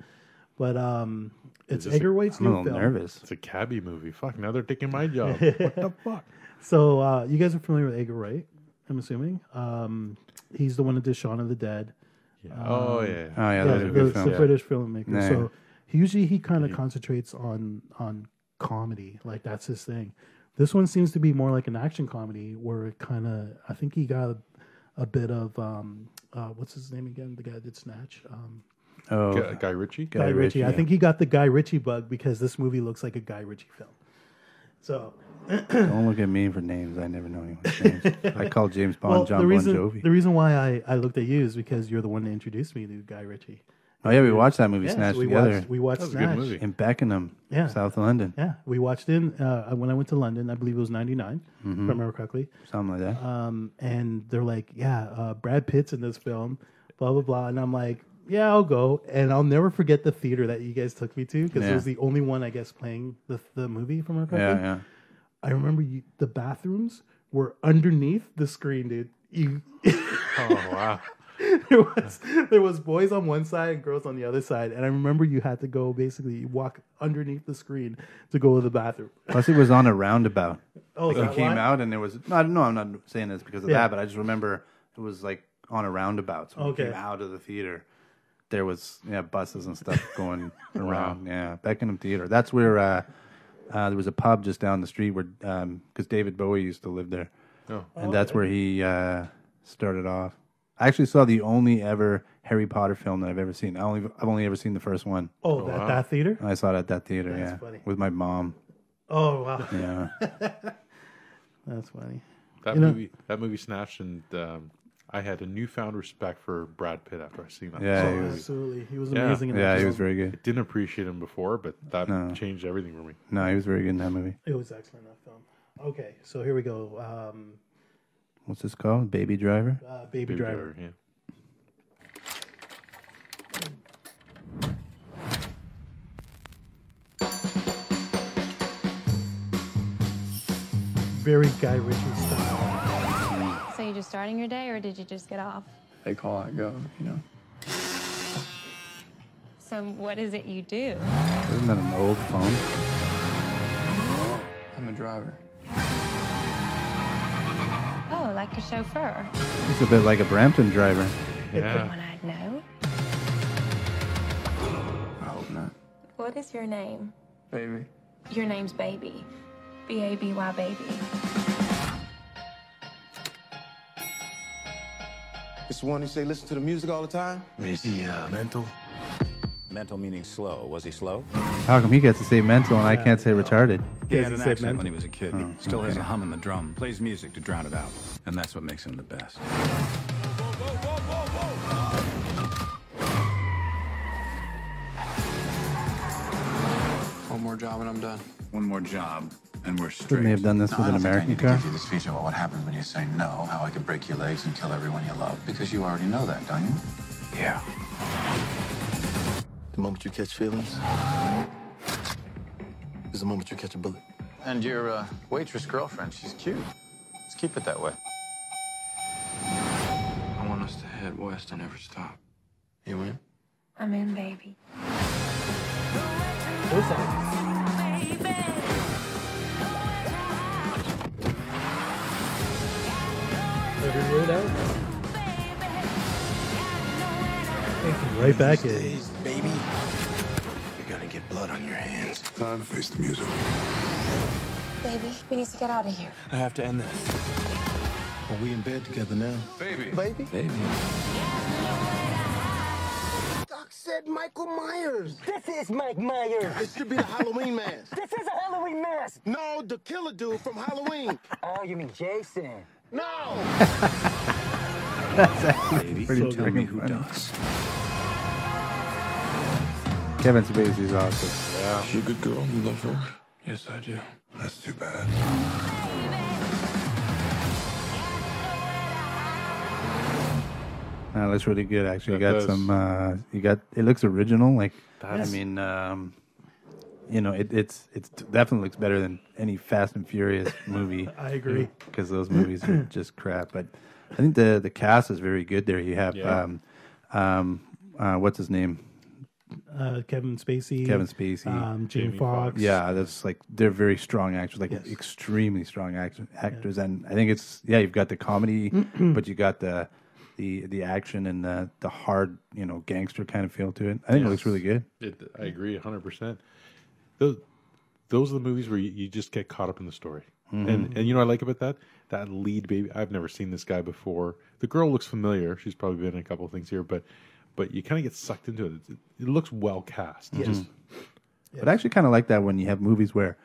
Speaker 3: But um, it's
Speaker 1: Is this
Speaker 3: Edgar Wright's
Speaker 2: I'm a
Speaker 3: new
Speaker 2: little
Speaker 3: film.
Speaker 2: nervous.
Speaker 1: It's a cabbie movie. Fuck! Now they're taking my job. what the fuck?
Speaker 3: So uh, you guys are familiar with Edgar Wright, I'm assuming. Um, he's the one that did Shaun of the Dead.
Speaker 1: oh yeah.
Speaker 2: Oh yeah,
Speaker 3: Yeah,
Speaker 2: that's a good
Speaker 3: the,
Speaker 2: film.
Speaker 3: the British filmmaker.
Speaker 2: Yeah.
Speaker 3: So he usually he kind of concentrates on on comedy, like that's his thing. This one seems to be more like an action comedy, where it kind of I think he got a, a bit of um, uh, what's his name again? The guy that did Snatch. Um,
Speaker 2: Oh,
Speaker 1: uh, Guy, Guy Ritchie.
Speaker 3: Guy, Ritchie. I
Speaker 2: yeah.
Speaker 3: think he got the Guy Ritchie bug because this movie looks like a Guy Ritchie film. So,
Speaker 2: Don't look at me for names. I never know anyone's names. I call James Bond
Speaker 3: well,
Speaker 2: John
Speaker 3: the reason
Speaker 2: Bon Jovi.
Speaker 3: the reason why I, I looked at you is because you're the one that introduced me to Guy Ritchie.
Speaker 2: oh yeah, we watched that movie
Speaker 3: Yeah,
Speaker 2: Snatch
Speaker 3: so we
Speaker 2: together
Speaker 3: watched we watched
Speaker 1: That was a
Speaker 3: Snatch.
Speaker 1: good movie.
Speaker 2: in Beckenham,
Speaker 3: Yeah.
Speaker 2: South London,
Speaker 3: Yeah, we watched in uh, when I went to London. I believe it was '99, if
Speaker 2: Mm-hmm.
Speaker 3: I remember correctly.
Speaker 2: something like that.
Speaker 3: Um, and they're like, "Yeah, uh, Brad Pitt's in this film," blah blah blah. And I'm like, "Yeah, I'll go." And I'll never forget the theater that you guys took me to because
Speaker 2: Yeah.
Speaker 3: it was the only one, I guess, playing the the movie. If I remember correctly.
Speaker 2: yeah, yeah.
Speaker 3: I remember you, the bathrooms were underneath the screen, dude. You,
Speaker 1: Oh wow.
Speaker 3: there was there was boys on one side and girls on the other side, and I remember you had to go basically you walk underneath the screen to go to the bathroom.
Speaker 2: Plus, it was on a roundabout.
Speaker 3: Oh,
Speaker 2: like
Speaker 3: is
Speaker 2: he
Speaker 3: that
Speaker 2: came
Speaker 3: why?
Speaker 2: out and there was. No, I don't know. I'm not saying this because of
Speaker 3: Yeah.
Speaker 2: that, but I just remember it was like on a roundabout. So when
Speaker 3: Okay.
Speaker 2: we came out of the theater, there was yeah buses and stuff going around. Yeah, Beckenham Theater. That's where uh, uh, there was a pub just down the street where because David Bowie used to live there,
Speaker 1: Oh.
Speaker 2: and that's where he uh, started off. I actually saw the only ever Harry Potter film that I've ever seen. I only I've only ever seen the first one.
Speaker 3: Oh, that, that theater.
Speaker 2: I saw it at that theater. yeah,
Speaker 3: funny.
Speaker 2: with my mom.
Speaker 3: Oh wow,
Speaker 2: Yeah.
Speaker 3: that's funny.
Speaker 1: That
Speaker 3: You know-
Speaker 1: movie, that movie snatched, and um, I had a newfound respect for Brad Pitt after I seen that.
Speaker 2: Yeah, he
Speaker 1: movie.
Speaker 2: was-
Speaker 3: Absolutely, he was
Speaker 1: Yeah.
Speaker 3: amazing. in that
Speaker 2: Yeah, he
Speaker 3: film.
Speaker 2: was very good.
Speaker 1: Didn't appreciate him before, but that
Speaker 2: No.
Speaker 1: changed everything for me.
Speaker 2: No, he was very good in that movie.
Speaker 3: It was excellent that film. Okay, so here we go. Um,
Speaker 2: What's this called? Baby Driver.
Speaker 3: uh, Baby,
Speaker 1: Baby
Speaker 3: Driver.
Speaker 1: Driver, yeah.
Speaker 3: very Guy Ritchie style.
Speaker 4: So you just starting your day, or did you just get off?
Speaker 7: they call it go, you know.
Speaker 4: So what is it you do?
Speaker 2: Isn't that an old phone?
Speaker 7: I'm a driver.
Speaker 4: Oh, like a chauffeur.
Speaker 2: It's a bit like a Brampton driver.
Speaker 1: Yeah.
Speaker 4: One I'd know.
Speaker 7: I hope not.
Speaker 8: What is your name?
Speaker 7: Baby.
Speaker 8: Your name's Baby. B A B Y Baby.
Speaker 9: It's the one who say listen to the music all the time.
Speaker 10: Is he uh, mental? Mental meaning slow. Was he slow?
Speaker 2: How come he gets to say mental and I can't say retarded?
Speaker 10: He Oh,
Speaker 3: Doesn't
Speaker 10: had an
Speaker 3: say
Speaker 10: accident
Speaker 3: mental.
Speaker 10: when he was a kid. Still has a hum in the drum. Plays music to drown it out. And that's what makes him the best.
Speaker 7: One more job and I'm done.
Speaker 10: One more job, and we're straight.
Speaker 2: Couldn't they have done this
Speaker 10: No,
Speaker 2: with
Speaker 10: I
Speaker 2: an
Speaker 10: don't think I
Speaker 2: American
Speaker 10: need to
Speaker 2: car?
Speaker 10: give you this feature about what happens when you say no, how I could break your legs and kill everyone you love, because you already know that, don't you? Yeah.
Speaker 9: The moment you catch feelings is the moment you catch a bullet.
Speaker 10: And your uh, waitress girlfriend, she's cute. Let's keep it that way.
Speaker 7: I want us to head west and never stop.
Speaker 9: You in?
Speaker 8: I'm in Baby.
Speaker 3: Those are- Every road out. Thank you. Right back in.
Speaker 9: baby. You're gonna get blood on your hands.
Speaker 7: Time to face the music.
Speaker 8: Baby, we need to get out of here.
Speaker 9: I have to end this. Are we in bed together now?
Speaker 10: Baby.
Speaker 9: Baby?
Speaker 10: Baby.
Speaker 9: Doc said Michael Myers.
Speaker 11: This is Mike Myers.
Speaker 9: It should be the Halloween mask.
Speaker 11: This is a Halloween mask.
Speaker 9: No, the killer dude from Halloween.
Speaker 11: Oh, you mean Jason?
Speaker 9: No!
Speaker 10: Baby.
Speaker 2: Pretty
Speaker 10: Tell me who
Speaker 2: funny.
Speaker 10: does.
Speaker 2: Kevin Spacey's awesome.
Speaker 7: She a good girl. You love her? Yes, I do. That's too bad.
Speaker 2: No, that's really good. Actually, you
Speaker 1: That
Speaker 2: got
Speaker 1: does.
Speaker 2: some. Uh, you got. It looks original. Like
Speaker 1: That's-
Speaker 2: I mean, um, you know, it, it's it's definitely looks better than any Fast and Furious movie.
Speaker 3: I agree.
Speaker 2: because those movies are just crap. But I think the the cast is very good there. You have
Speaker 1: Yeah.
Speaker 2: um, um, uh, what's his name?
Speaker 3: Uh, Kevin Spacey.
Speaker 2: Kevin Spacey.
Speaker 3: Um, Jamie,
Speaker 1: Jamie
Speaker 3: Foxx.
Speaker 1: Foxx.
Speaker 2: yeah, that's like they're very strong actors, like
Speaker 3: Yes.
Speaker 2: extremely strong act- actors. And I think it's yeah, you've got the comedy, but you got the the the action and the the hard you know gangster kind of feel to it. I think it looks really good.
Speaker 1: It, I agree 100%. Those, those are the movies where you, you just get caught up in the story.
Speaker 2: Mm-hmm.
Speaker 1: And, and you know what I like about that? That lead baby. I've never seen this guy before. The girl looks familiar. She's probably been in a couple of things here, but but you kind of get sucked into it. It, it looks well cast. Yes. Just,
Speaker 2: But I actually kind of like that when you have movies where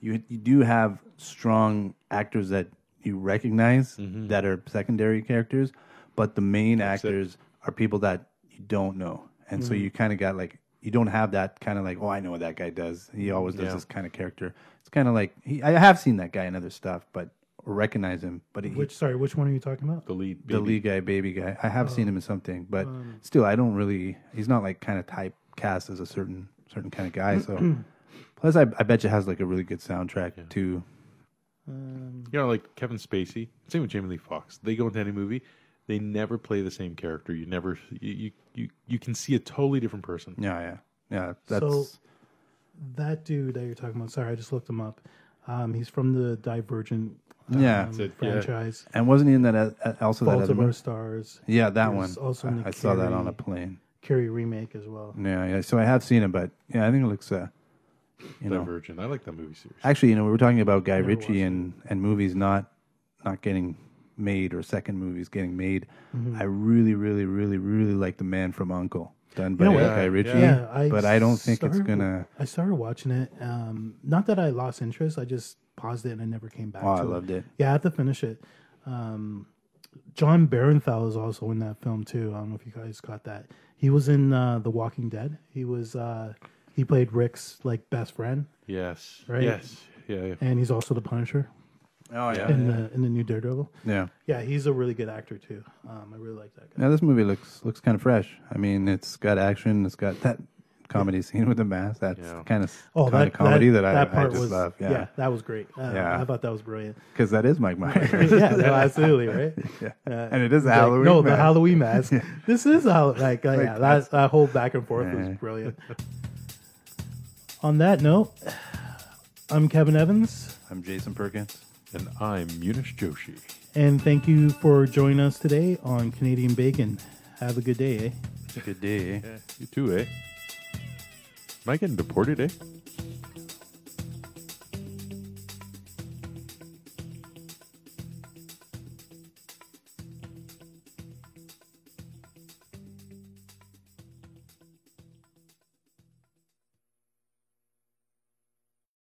Speaker 2: you you do have strong actors that you recognize that are secondary characters, but the main actors are people that you don't know, and so you kind of got like you don't have that kind of like oh I know what that guy does. He always does
Speaker 1: Yeah.
Speaker 2: this kind of character. It's kind of like he, I have seen that guy in other stuff, but or recognize him, but he,
Speaker 3: Which sorry, which one are you talking about?
Speaker 1: the lead
Speaker 2: the
Speaker 1: baby.
Speaker 2: lead guy, baby guy. I have
Speaker 3: Oh.
Speaker 2: seen him in something, but still, I don't really. He's not like kind of typecast as a certain certain kind of guy. So, plus, I, I bet you has like a really good soundtrack too.
Speaker 1: You know, like Kevin Spacey, same with Jamie Lee Foxx. They go into any movie, they They never play the same character. You never you you you, you can see a totally different person.
Speaker 2: Yeah, yeah, yeah.
Speaker 3: So that dude that you're talking about, sorry, I just looked him up. Um, he's from the Divergent um,
Speaker 2: yeah
Speaker 3: franchise.
Speaker 2: And wasn't he in that uh, also
Speaker 3: Fault
Speaker 2: that
Speaker 3: of
Speaker 2: other
Speaker 3: Our
Speaker 2: one?
Speaker 3: Stars.
Speaker 2: Yeah, that
Speaker 3: He
Speaker 2: one.
Speaker 3: was Also in the
Speaker 2: I, I saw that on a
Speaker 3: Carrie-
Speaker 2: plane.
Speaker 3: Carrie remake as well.
Speaker 2: Yeah, yeah. So I have seen it, but yeah, I think it looks. Uh, you know,
Speaker 1: Divergent. I like that movie series.
Speaker 2: actually, you know, we were talking about Guy Ritchie and and movies not not getting made or second movies getting made.
Speaker 3: Mhm.
Speaker 2: I really, really, really, really like The Man from Uncle, done by
Speaker 3: You know what?
Speaker 2: Guy Ritchie.
Speaker 3: Yeah, I
Speaker 2: Mm-hmm. but I don't think it's
Speaker 3: started-
Speaker 2: gonna.
Speaker 3: I started watching it. Um, not that I lost interest. I just paused it and I never came back.
Speaker 2: Oh, I
Speaker 3: to
Speaker 2: loved it.
Speaker 3: Yeah, I have to finish it. Um, John Barenthal is also in that film too. I don't know if you guys caught that. He was in uh, The Walking Dead. He was uh, he played Rick's like best friend,
Speaker 1: Yes.
Speaker 3: right?
Speaker 1: Yes. Yeah. yeah.
Speaker 3: and he's also the Punisher.
Speaker 2: Oh, yeah.
Speaker 3: in
Speaker 2: Yeah.
Speaker 3: the in the new Daredevil.
Speaker 2: Yeah.
Speaker 3: yeah, he's a really good actor too. Um, I really like that guy.
Speaker 2: Now this movie looks looks kind of fresh. I mean, it's got action. It's got that comedy scene with the mask. That's kind of
Speaker 3: Oh,
Speaker 2: kind
Speaker 3: that
Speaker 2: of comedy that, I,
Speaker 3: that part
Speaker 2: I just
Speaker 3: was
Speaker 2: love. Yeah,
Speaker 3: that was great. Uh,
Speaker 2: Yeah.
Speaker 3: I thought that was brilliant.
Speaker 2: because that is Mike Myers.
Speaker 3: yeah, no, absolutely, right?
Speaker 2: Yeah.
Speaker 3: Uh,
Speaker 2: And it is a
Speaker 3: like,
Speaker 2: Halloween.
Speaker 3: no, the
Speaker 2: mask.
Speaker 3: Halloween mask. This is a Hall- like, uh,
Speaker 2: Like,
Speaker 3: yeah, that, that whole back and forth was
Speaker 2: Yeah.
Speaker 3: brilliant. On that note, I'm Kevin Evans,
Speaker 2: I'm Jason Perkins,
Speaker 1: and I'm Munish Joshi.
Speaker 3: and thank you for joining us today on Canadian Bacon. Have a good day, eh?
Speaker 2: Good day.
Speaker 1: You too, eh? Am I getting deported, eh?